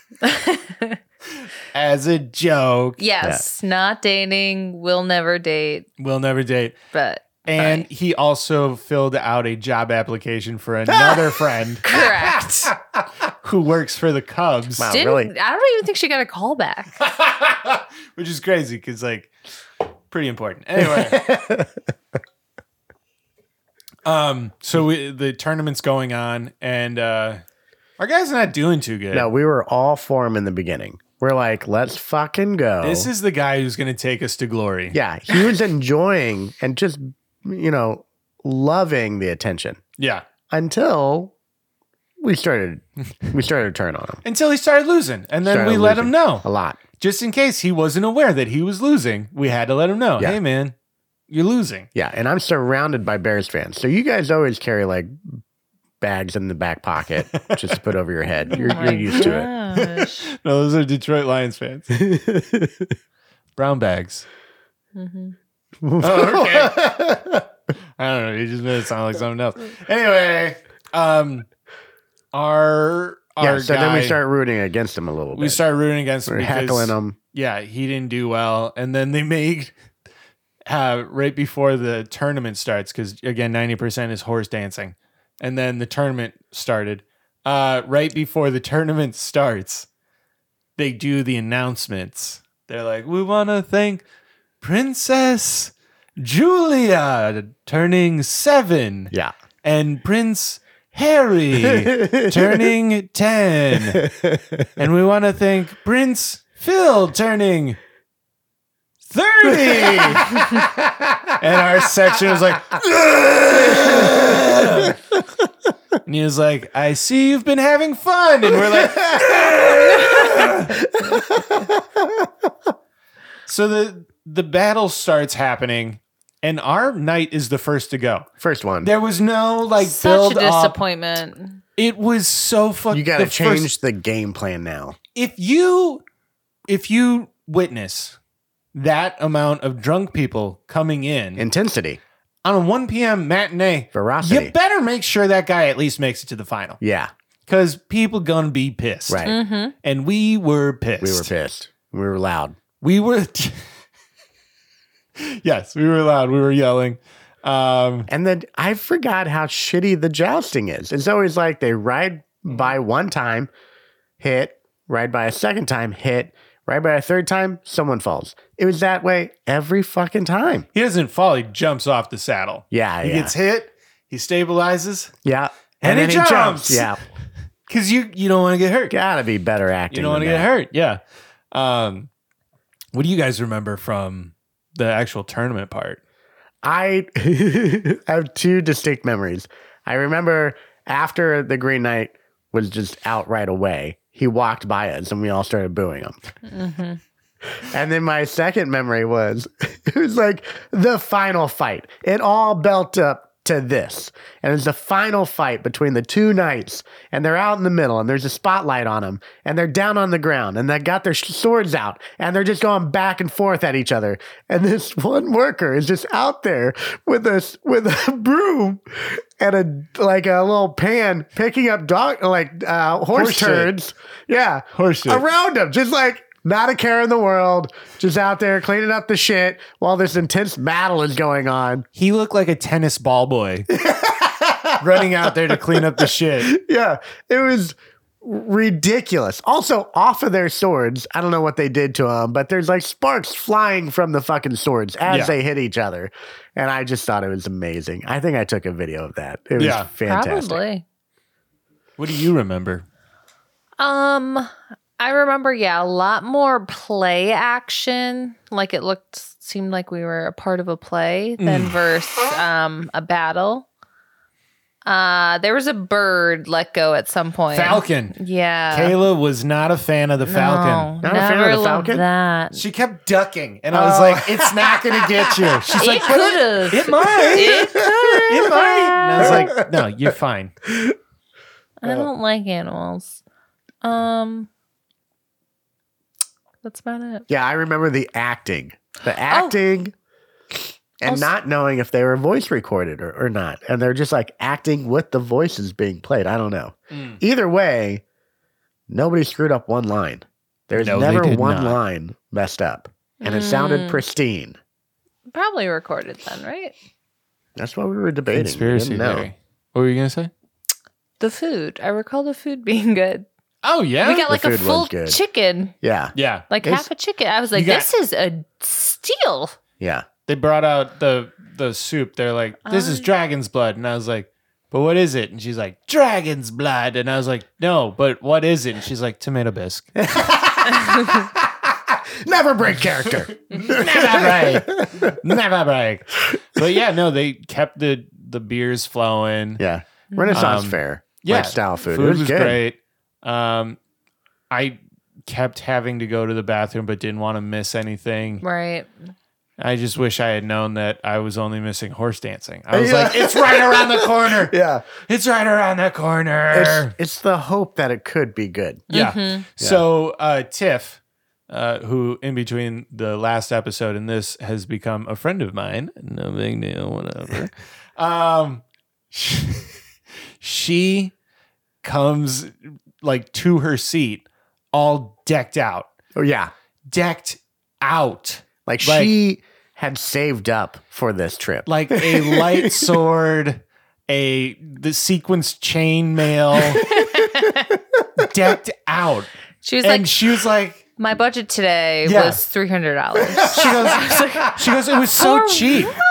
A: as a joke.
D: yes, not dating, will never date,
A: We'll never date.
C: [LAUGHS]
D: but
A: And he also filled out a job application
D: [LAUGHS]
A: for another friend
D: correct.
A: who works for the Cubs.
D: Didn't, I don't even think she got a call back.
A: [LAUGHS] which is crazy because like pretty important anyway um so we, the tournament's going on and uh our guy's not doing too good
C: No, we were all for him in the beginning. We're like, let's fucking go.
A: this is the guy who's gonna take us to glory
C: yeah. He was enjoying and just you know loving the attention
A: yeah
C: until we started we started to turn on him.
A: until he started losing and then
C: Started
A: we let him
C: losing
A: know
C: a lot.
A: just in case he wasn't aware that he was losing we had to let him know
C: Yeah.
A: hey man you're losing
C: Yeah, and I'm surrounded by Bears fans, so you guys always carry like bags in the
A: [LAUGHS]
C: back pocket just to put over your head. You're, you're used to it.
D: Oh
C: [LAUGHS]
A: no those are detroit lions fans brown bags
C: [LAUGHS]
A: Oh, okay. I don't know. You just made it sound like something else. Anyway, um, our our
C: yeah, so
A: guy,
C: then we start rooting against him a little bit.
A: we start rooting against him
C: We're
A: because-
C: heckling him.
A: Yeah, he didn't do well, and then they [LAUGHS] made uh, right before the tournament starts because again, ninety percent is horse dancing, and then the tournament started. Uh, right before the [LAUGHS] tournament starts, they do the announcements. They're like, "We want to thank Princess Julia turning seven.
C: Yeah.
A: And Prince Harry turning 10. And we want to thank Prince Phil turning 30. and our section was like, and he was like, I see you've been having fun. And we're like, So the the battle starts happening, and our knight is the first to go.
C: First one.
A: There was no like
D: Such a
A: build up.
D: disappointment.
A: It was so fucking.
C: You got to
A: the
C: change
A: first-
C: the game plan now.
A: if you if you witness that amount of drunk people coming in
C: Intensity,
A: on a one p.m. matinee,
C: ferocity.
A: you better make sure that guy at least makes it to the final
C: Yeah,
A: because people gonna be pissed.
C: right.
A: And we were pissed.
C: We were pissed. We were loud.
A: We were. yes, we were [LAUGHS] loud. We were yelling. Um,
C: And then I forgot how shitty the jousting is. It's always like they ride
A: Mm-hmm.
C: by one time, hit, ride by a second time, hit, ride by a third time, someone falls. It was that way every fucking time.
A: he doesn't fall. He jumps off the saddle.
C: Yeah,
A: He
C: yeah.
A: gets hit. He stabilizes
C: yeah.
A: And he
C: then
A: jumps.
C: Yeah.
A: because you you don't want to get hurt.
C: Gotta be better acting.
A: You don't want to
C: than
A: get
C: that.
A: hurt. Yeah. Um, what do you guys remember from the actual tournament part?
C: I [LAUGHS] I have two distinct memories. I remember after the Green Knight was just out right away, he walked by us and we all started booing him. And then my second memory was [LAUGHS] it was like the final fight. It all built up to this. And it's the final fight between the two knights. And they're out in the middle and there's a spotlight on them. And they're down on the ground and they got their sh- swords out and they're just going back and forth at each other. And [LAUGHS] this one worker is just out there with a, s- with a [LAUGHS] broom and a like a little pan picking up dog like uh, horse,
A: Horse shit.
C: turds. Yeah
A: Horse shit.
C: around him, just like not a care in the world, just out there cleaning up the shit while this intense battle is going on.
A: He looked like a tennis [LAUGHS] ball boy running out there to clean up the shit.
C: Yeah, it was ridiculous. Also, off of their swords, I don't know what they did to them, but there's like sparks flying from the fucking swords as
A: Yeah.
C: they hit each other. And I just thought it was amazing. I think I took a video of that. It was
A: Yeah.
C: fantastic.
D: Probably.
A: What do you remember?
D: Um, I remember, yeah, a lot more play action. Like it looked, seemed like we were a part of a play than
B: Mm.
D: versus um a battle. Uh, there was a bird let go at some point.
A: Falcon.
D: Yeah.
A: Kayla was not a fan of the Falcon.
D: Uh, No, Not a fan of the never loved Falcon? that.
A: She kept ducking, and I was
D: Oh. [LAUGHS]
A: like, "It's not going to get you." [LAUGHS] She's
D: It
A: like, "But
D: could've.
A: It might.
D: It
A: It might." And I was like, "No, you're fine."
D: I don't like animals. Um, that's about it.
C: Yeah, I remember the acting. The acting and
D: Also-
C: not knowing if they were voice recorded or, or not. And they're just like acting with the voices being played. I don't know. Either way, nobody screwed up one line. There's
A: No, they
C: never
A: did
C: one
A: not.
C: line messed up. And it sounded
D: Mm.
C: pristine.
D: Probably recorded then, right?
C: That's what we were debating. We
A: Conspiracy
C: didn't know.
A: theory. What were you going to say?
D: The food. I recall the food [LAUGHS] being good.
A: Oh yeah,
D: we got like a full
C: good.
D: chicken,
C: Yeah.
A: Yeah,
D: like
A: It's-
D: half a chicken. I was
A: You
D: like,
A: got-
D: this is a steal.
C: Yeah.
A: They brought out the the soup. They're like, "This is dragon's blood," and I was like, "But what is it?" And she's like, "Dragon's blood," and I was like, "No, but what is it?" And she's like, "Tomato
C: [LAUGHS]
A: bisque."
C: Never break character.
A: Never break. Never break. But yeah, no, they kept the the beers flowing.
C: Yeah. Renaissance
A: Um,
C: fair.
A: Yeah,
C: Lifestyle food. it was, good.
A: great. Um, I kept having to go to the bathroom, but didn't want to miss anything.
D: Right.
A: I just wish I had known that I was only missing horse dancing. I was
C: Yeah.
A: like, it's right around the corner.
C: [LAUGHS] Yeah.
A: It's right around the corner.
C: It's, it's the hope that it could be good.
A: Yeah. So uh, Tiff, uh, who in between the last episode and this has become a friend of mine, no big deal, [LAUGHS] whatever. um, she, she comes like to her seat, all decked out,
C: Oh yeah.
A: decked out
C: Like,
A: Like-
C: she had saved up for
A: [LAUGHS]
C: this trip.
A: like a [LAUGHS] light sword, a the sequenced chain [LAUGHS] mail, decked out.
D: She was
A: and
D: like,
A: she was like.
D: my budget today
A: Yeah.
D: was three hundred dollars.
A: [LAUGHS] She goes, she goes, it was so
D: For
A: cheap. [LAUGHS]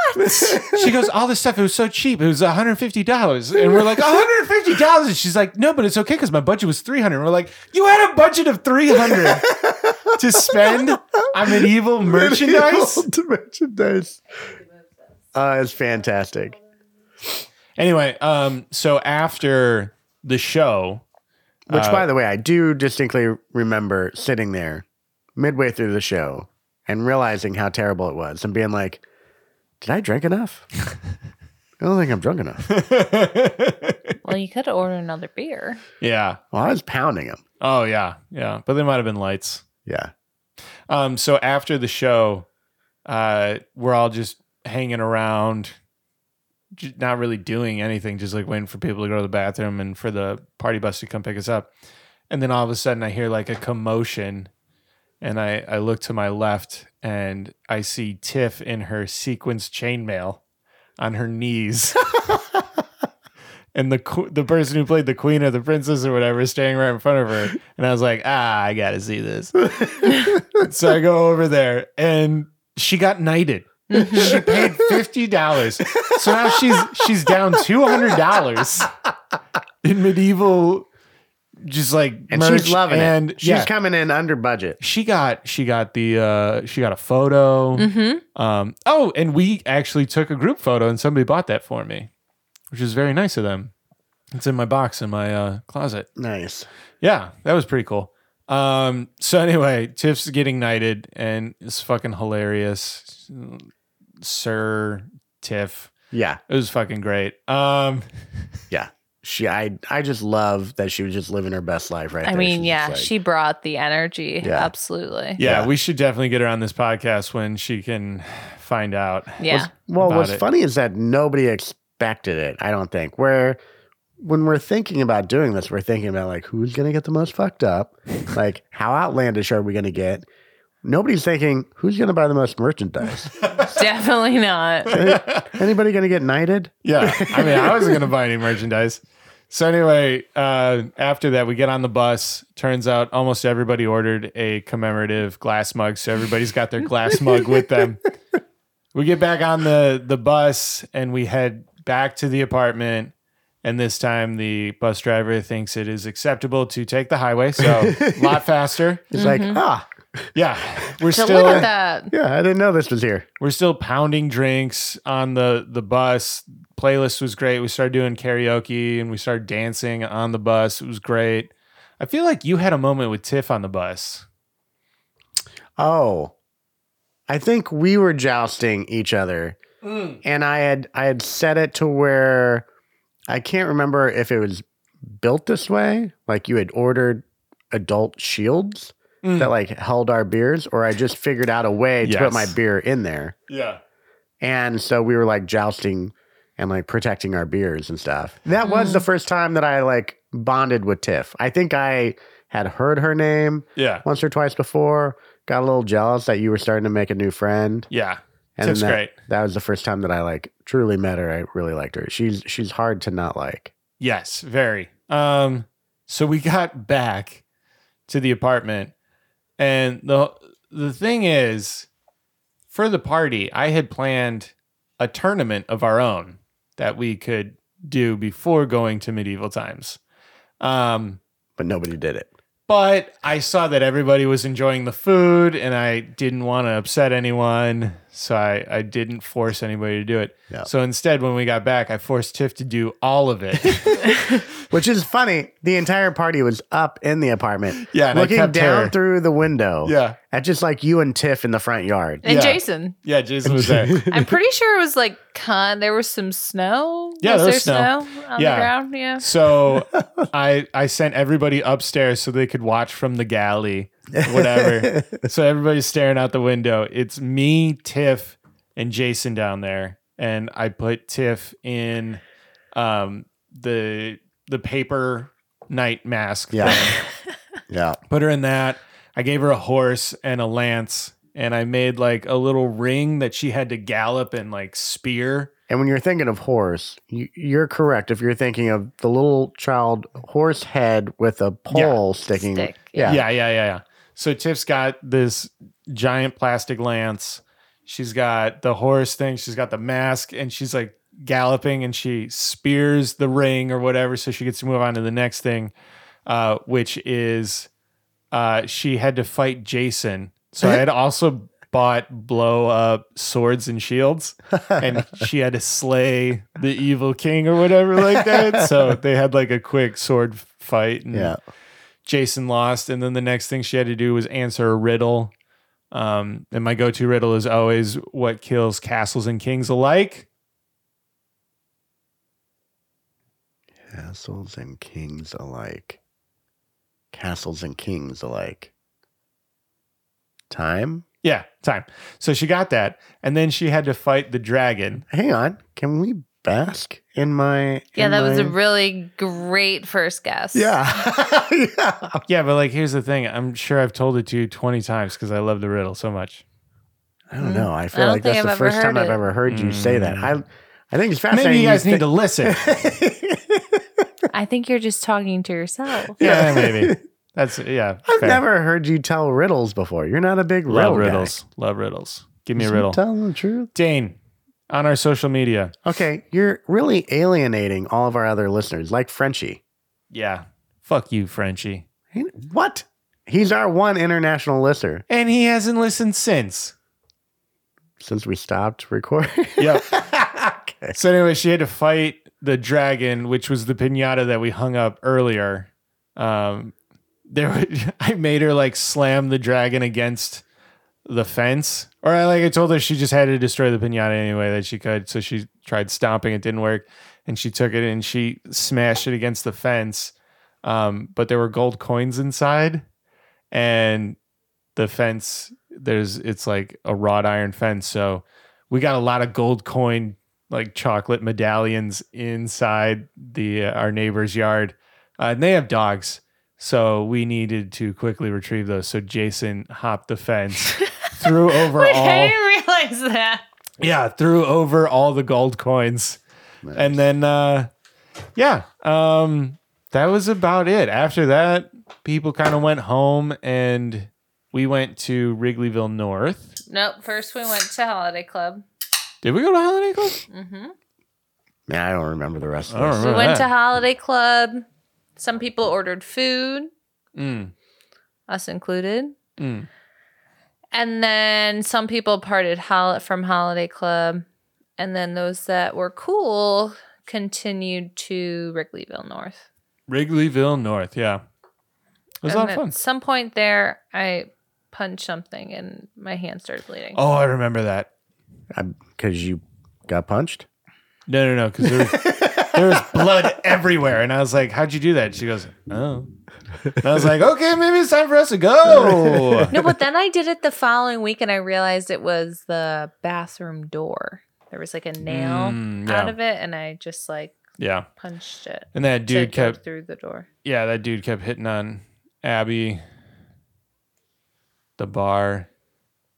A: She goes, all this stuff, it was so cheap. It was $150. And we're like, $150? And she's like, no, but it's okay because my budget was 300 And we're like, you had a budget of 300 to spend on medieval merchandise? [LAUGHS]
C: merchandise. Uh, it's fantastic.
A: Anyway, um, so after the show,
C: Which,
A: Uh,
C: by the way, I do distinctly remember sitting there midway through the show and realizing how terrible it was and being like, did I
A: [LAUGHS]
C: drink enough? I don't think I'm drunk enough.
D: well, you could order another beer.
A: yeah.
C: Well, I was pounding them.
A: Oh, yeah. Yeah. But there might have been lights.
C: Yeah.
A: Um, so after the show, uh, we're all just hanging around, ju- not really doing anything, just like waiting for people to go to the bathroom and for the party bus to come pick us up. And then all of a sudden, I hear like a commotion, and I I look to my left and I see Tiff in her sequence chainmail on her
C: [LAUGHS]
A: knees. And the qu- the person who played the queen or the princess or whatever is standing right in front of her, and I was like, ah, I gotta see
C: [LAUGHS]
A: this so I go over there and she got knighted.
C: Mm-hmm.
A: she paid fifty dollars. So now she's she's down two hundred
C: [LAUGHS]
A: dollars in medieval just like
C: And
A: merch
C: she's loving
A: and
C: it. She's
A: yeah,
C: coming in under budget.
A: she got she got the uh she got a photo.
D: Mm-hmm.
A: Um oh and we actually took a group photo and somebody bought that for me, which is very nice of them. It's in my box in my uh closet.
C: Nice.
A: Yeah, that was pretty cool. Um, so anyway, Tiff's getting knighted and it's fucking hilarious. Sir Tiff.
C: Yeah.
A: It was fucking great. Um
C: Yeah. She, I, I just love that she was just living her best life right
D: I
C: there.
D: mean,
C: She's
D: yeah,
C: just like-
D: she brought the energy.
C: Yeah.
D: Absolutely.
A: yeah,
C: Yeah.
A: we should definitely get her on this podcast when she can find out.
D: Yeah.
C: Well,
A: about
C: what's
A: it.
C: funny is that nobody expected it. I don't think. Where when we're thinking about doing this, we're thinking about like who's going to get the most
A: [LAUGHS]
C: fucked up, like how outlandish are we going to get. Nobody's thinking who's going to buy the
A: [LAUGHS]
C: most merchandise.
D: [LAUGHS] Definitely not.
C: Anybody going to get knighted?
A: Yeah. I mean, I wasn't gonna buy any merchandise. So anyway, uh, after that, we get on the bus. Turns out almost everybody ordered a commemorative glass mug, so everybody's got their glass mug with them. We get back on the the bus and we head back to the apartment. And this time, the bus driver thinks it is acceptable to take the highway, so a lot faster.
C: He's like, Mhm. ah,
A: yeah, we're
B: So
A: still
B: look at that.
C: Yeah, I didn't know this was here.
A: we're still pounding drinks on the the bus. Playlist was great. We started doing karaoke and we started dancing on the bus. It was great. I feel like you had a moment with Tiff on the bus.
C: Oh, I think we were jousting each other, and I had I had set it to where I can't remember if it was built this way, like you had ordered adult shields
A: Mm.
C: that like held our beers, or I just figured out a way to put
A: Yes.
C: my beer in there,
A: Yeah.
C: and so we were like jousting and like protecting our beers and stuff. That was the first time that I like bonded with Tiff. I think I had heard her name
A: Yeah.
C: once or twice before. Got a little jealous that you were starting to make a new friend.
A: Yeah.
C: And
A: Tiff's
C: that,
A: great.
C: That was the first time that I like truly met her. I really liked her. She's she's hard to not like.
A: Yes, very. Um, so we [LAUGHS] got back to the apartment, and the the thing is, for the party, I had planned a tournament of our own that we could do before going to medieval times. Um,
C: but nobody did it.
A: But I saw that everybody was enjoying the food, and I didn't want to upset anyone, so I, I didn't force anybody to do it. So instead, when we got back, I forced Tiff to do all of it. [LAUGHS]
C: Which is funny. The entire party was up in the apartment.
A: [LAUGHS] Yeah, and I
C: Looking
A: kept
C: down
A: her-
C: through the window.
A: Yeah.
C: At just like you and Tiff in the front yard.
D: And Jason.
A: Yeah, Jason was there. [LAUGHS]
D: I'm pretty sure it was like con. There was some snow.
A: Yeah,
D: was
A: there was snow.
D: on the ground? Yeah.
A: So I I sent everybody upstairs so they could watch from the galley, whatever. so everybody's staring out the window. It's me, Tiff, and Jason down there, and I put Tiff in um the the paper night mask.
C: Yeah.
A: thing.
C: Yeah.
A: Put her in that. I gave her a horse and a lance, and I made like a little ring that she had to gallop and like spear.
C: And when you're thinking of horse, you, you're correct. If you're thinking of the little child horse head with a pole sticking,
A: yeah. yeah, yeah, yeah, yeah. So Tiff's got this giant plastic lance. She's got the horse thing. She's got the mask, and she's like galloping, and she spears the ring or whatever, so she gets to move on to the next thing, uh, which is uh, she had to fight Jason. So I had also bought blow up swords and shields, and she had to slay the evil king or whatever like that. So they had like a quick sword fight. And
C: Yeah.
A: Jason lost, and then the next thing she had to do was answer a riddle. Um, and my go-to riddle is always what kills castles and kings alike.
C: Castles and kings alike. Castles and kings alike. Time?
A: Yeah, time. So she got that, and then she had to fight the dragon.
C: Hang on. Can we bask in my.
D: Yeah,
C: in
D: that was a
C: my-
D: really great first guess. [LAUGHS]
C: [LAUGHS] Yeah. [LAUGHS]
A: Yeah, but like, here's the thing. I'm sure I've told it to you 20 times because I love the riddle so much.
C: I don't know. I feel
D: Mm. I don't
C: like that's
D: think
C: the
D: I've ever
C: first time
D: heard
C: I've
D: it.
C: ever heard you say that. I I think it's fascinating.
A: Mm. Maybe you guys need to
C: thi- [LAUGHS]
A: listen.
D: I think you're just talking to yourself.
A: yeah, maybe. That's yeah.
C: I've
A: fair.
C: never heard you tell riddles before. You're not a big riddle
A: love
C: guy.
A: riddles. Love riddles. Give me a
C: Just
A: riddle.
C: Tell the truth.
A: Dane, on our social media.
C: Okay, you're really alienating all of our other listeners, like Frenchie.
A: Yeah. Fuck you, Frenchie.
C: What? He's our one international listener
A: And he hasn't listened since.
C: since we stopped recording. [LAUGHS]
A: Yep. So anyway, she had to fight the dragon, which was the pinata that we hung up earlier. Um, there, were- [LAUGHS] I made her like slam the dragon against the fence, or I like I told her she just had to destroy the pinata anyway that she could. So she tried stomping, it didn't work, and she took it and she smashed it against the fence. Um, but there were gold coins inside, and the fence there's it's like a wrought iron fence so we got a lot of gold coin like chocolate medallions inside the uh, our neighbor's yard uh, and they have dogs so we needed to quickly retrieve those so jason hopped the fence threw over
D: Wait,
A: all
D: [LAUGHS] I didn't realize that.
A: yeah, threw over all the gold coins. And then uh yeah, um, that was about it. After that, people kind of went home, and we went to Wrigleyville North.
D: Nope. First, we went to Holiday Club.
A: Did we go to Holiday Club?
D: Mm-hmm.
C: Man, I don't remember the rest
A: I don't
C: of this.
D: We
A: remember
D: went
A: that.
D: to Holiday Club. Some people ordered food,
A: Mm,
D: us included.
A: mm.
D: And then some people parted hol- from Holiday Club. And then those that were cool continued to Wrigleyville North.
A: Wrigleyville North. Yeah, it was a lot
D: and
A: of
D: at
A: fun.
D: some point there, I punched something and my hand started bleeding.
A: Oh, I remember that.
C: Because you got punched?
A: No, no, no, because there, was- there was blood everywhere, and I was like, "How'd you do that?" She goes, "Oh." And I was like, "Okay, maybe it's time for us to go."
D: [LAUGHS]
A: [LAUGHS]
D: No, but then I did it the following week and I realized it was the bathroom door. There was like a nail
A: Mm,
D: out
A: yeah.
D: of it and I just like
A: Yeah,
D: punched it.
A: and that
D: to
A: dude
D: go
A: kept
D: through the door.
A: yeah, that dude kept hitting on Abby, the bar.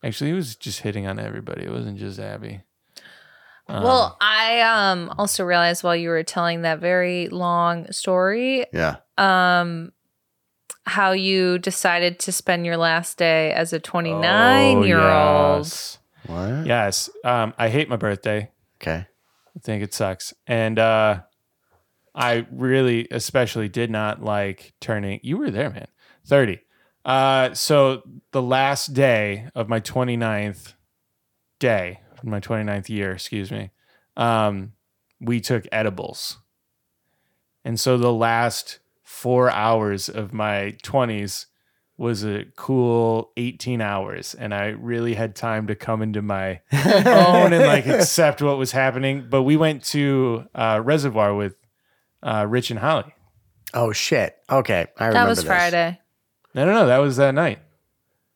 A: Actually, he was just hitting on everybody. It wasn't just Abby. Um,
D: well, I um also realized while you were telling that very long story,
C: Yeah.
D: um how you decided to spend your last day as a 29
A: oh,
D: year old.
A: yes.
C: What?
A: Yes, um, I hate my birthday.
C: Okay.
A: I think it sucks, and uh, I really, especially, did not like turning. You were there, man. Thirty. Uh, so the last day of my 29th day, my 29th year, excuse me, um, we took edibles. And so the last four hours of my 20s was a cool 18 hours. And I really had time to come into my own and [LAUGHS] like accept what was happening. But we went to uh, Reservoir with uh, Rich and Holly.
C: Oh, shit. Okay. I remember
D: That was
C: this.
D: Friday.
A: No, no, no. That was that night.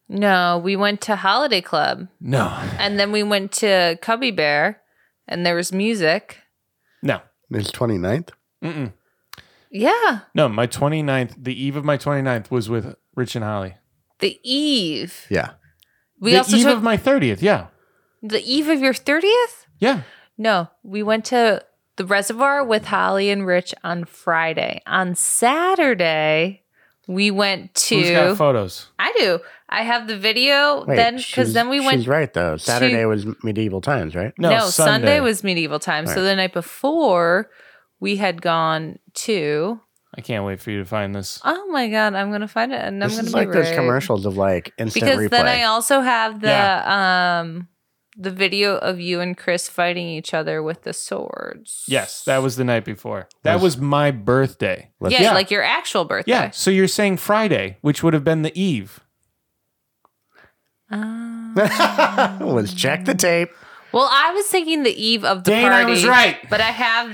D: No, we went to Holiday Club
A: No,
D: and then we went to Cubby Bear and there was music.
A: no.
C: It's 29th?
A: Mm-mm.
D: Yeah,
A: No, my 29th, the eve of my 29th was with Rich and Holly.
D: the eve.
C: Yeah.
D: We
A: the
D: also
A: eve
D: took
A: of my 30th, yeah.
D: the eve of your 30th?
A: Yeah.
D: No, we went to the reservoir with Holly and Rich on Friday. On Saturday, we went
A: Who's got
D: to
A: photos?
D: I do. I have the video
C: Wait,
D: then
C: she's-
D: cuz then we went
C: She's right, though. Saturday was medieval times, right?
A: No,
D: Sunday.
A: Sunday
D: was medieval time. So
C: Alright.
D: the night before, we had gone to
A: I can't wait for you to find this.
D: Oh my god, I'm going to find it and I'm
C: this
D: going to
C: is
D: be
C: like those
D: rude.
C: commercials of like instant
D: because
C: replay.
D: then I also have the um the video of you and Chris fighting each other with the swords.
A: Yes, that was the night before. That
C: Was-
A: was my birthday.
C: Let's-
D: yeah,
A: Yeah.
D: like your actual birthday.
A: Yeah, so you're saying Friday, which would have been the eve.
D: Um,
C: Let's check
D: [LAUGHS]
C: the tape.
D: well, I was thinking the eve of the
A: Dane, I
D: party.
A: was right.
D: But I have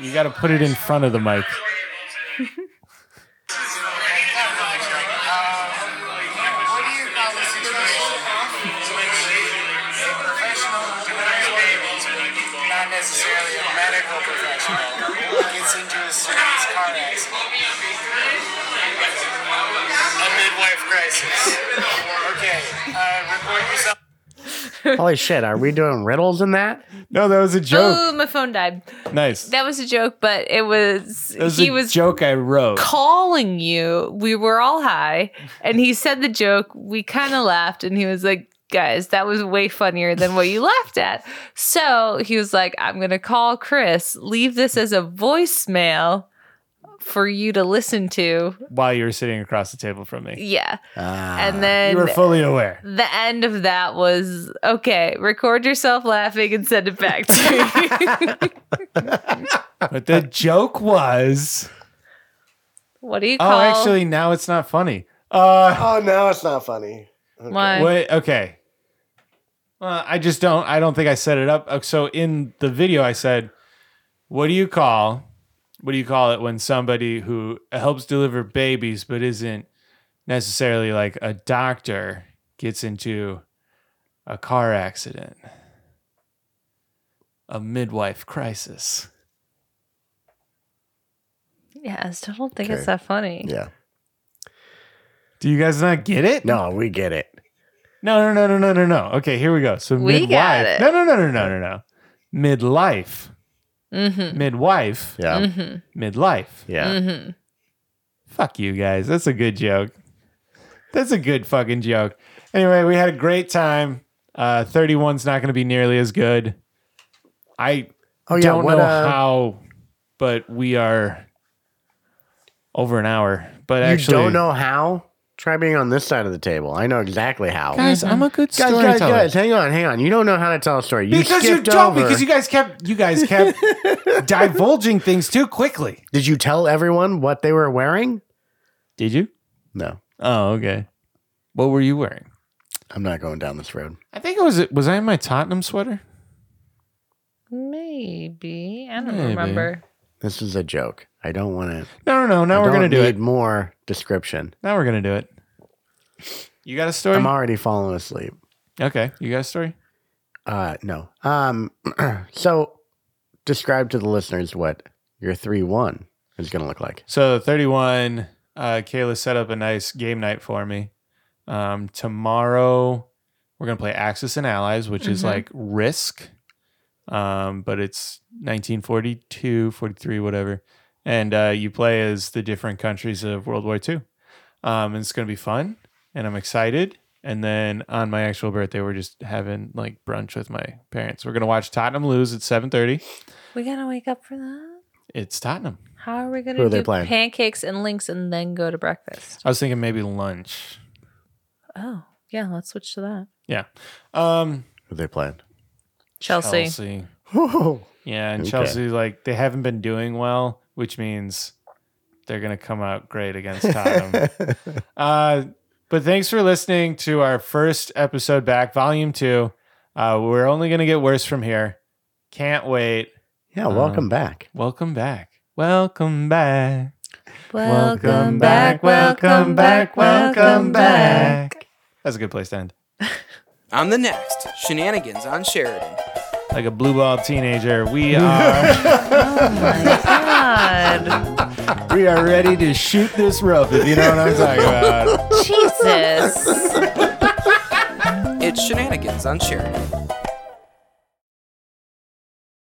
A: You got to put it in front of the mic.
M: Not necessarily a medical professional. Gets into a serious car accident. A midwife crisis. Okay, uh, report yourself.
C: Holy shit, are we doing riddles in that?
A: No, that was a joke.
D: Oh, my phone died.
A: nice.
D: That was a joke, but it was,
A: That was
D: he
A: a
D: was
A: joke I wrote.
D: calling you. We were all high and he said the joke. We kind of laughed and he was like, "Guys, that was way funnier than what you laughed at." So, he was like, "I'm going to call Chris. Leave this as a voicemail." For you to listen to,
A: while you were sitting across the table from me.
D: yeah,
C: Ah.
D: and then
A: you were fully
D: [LAUGHS]
A: aware.
D: the end of that was okay. Record yourself laughing and send it back to me. [LAUGHS]
A: But the joke was
D: what do you
A: Oh,
D: call?
A: actually now it's not funny. Uh
C: oh, no, it's not funny.
D: Why?
A: Wait, okay. Uh, I just don't. I don't think I set it up. Uh, So in the video, I said, "What do you call? What do you call it when somebody who helps deliver babies but isn't necessarily like a doctor gets into a car accident, a midwife crisis?"
D: Yeah, I still don't think
C: Okay.
D: it's that funny.
C: Yeah.
A: Do you guys not get it?
C: No, we get it.
A: No, no, no, no, no, no, no. Okay, here we go. So
B: We
A: midwife.
B: got it.
A: No, no, no, no, no, no, no. Midlife.
B: Mm-hmm.
A: Midwife.
B: Yeah.
D: Mm-hmm,
B: Mhm.
A: Midlife.
B: Mm-hmm.
A: Fuck you guys. That's a good joke. That's a good fucking joke. Anyway, we had a great time. Uh 31's not going to be nearly as good. I
C: Oh, yeah,
A: don't
C: what,
A: know
C: uh,
A: how, but we are over an hour. But
C: you
A: actually
C: don't know how? Try being on this side of the table. I know exactly how.
A: Guys, I'm a good
C: guys,
A: storyteller.
C: guys, guys, hang on, hang on. You don't know how to tell a story. You
A: because you
C: skipped
A: don't
C: over.
A: because you guys kept you guys [LAUGHS] kept divulging things too quickly.
C: Did you tell everyone what they were wearing?
A: Did you?
C: No,
A: Oh, okay. What were you wearing?
C: I'm not going down this road.
A: I think it was was I in my Tottenham sweater?
B: Maybe. I don't
C: Maybe.
B: remember.
C: This is a joke. I don't want to.
A: No, no, no. Now we're gonna do
C: need
A: it.
C: More description.
A: Now we're gonna do it. You got a story?
C: I'm already falling asleep.
A: okay, you got a story?
C: Uh, no. Um, [CLEARS THROAT] so describe to the listeners what your three one is going to look like.
A: So 31, uh, Kayla set up a nice game night for me. Um, tomorrow we're gonna play Axis and Allies, which is
N: Mhm.
A: like Risk, um, but it's 1942, 43, whatever, and uh, you play as the different countries of World War II. Um, and it's gonna be fun, and I'm excited. And then on my actual birthday, we're just having like brunch with my parents. We're gonna watch Tottenham lose at 7:30.
B: We gotta wake up for that.
A: It's Tottenham.
B: How are we
A: Who
B: gonna
A: are they
B: do
A: playing?
B: pancakes and links and then go to breakfast?
A: I was thinking maybe lunch.
B: Oh, yeah, let's switch to that.
A: Yeah. Um,
C: Who they playing?
B: Chelsea.
A: Chelsea.
C: Oh,
A: Yeah, and
C: Okay.
A: Chelsea like they haven't been doing well, which means they're gonna come out great against [LAUGHS] Tottenham. uh, but thanks for listening to our first episode back, Volume Two. Uh, we're only gonna get worse from here. Can't wait.
C: Yeah, welcome
A: Um,
C: back.
A: Welcome back. Welcome back.
B: Welcome
A: back, welcome back, welcome
O: back.
A: That's a good place to end.
O: I'm the next shenanigans on Sheridan.
A: Like a blue ball teenager, we are [LAUGHS] we are ready to shoot this rope. If you know what I'm talking
C: [LAUGHS]
A: about.
O: Jesus. it's shenanigans on Sheridan.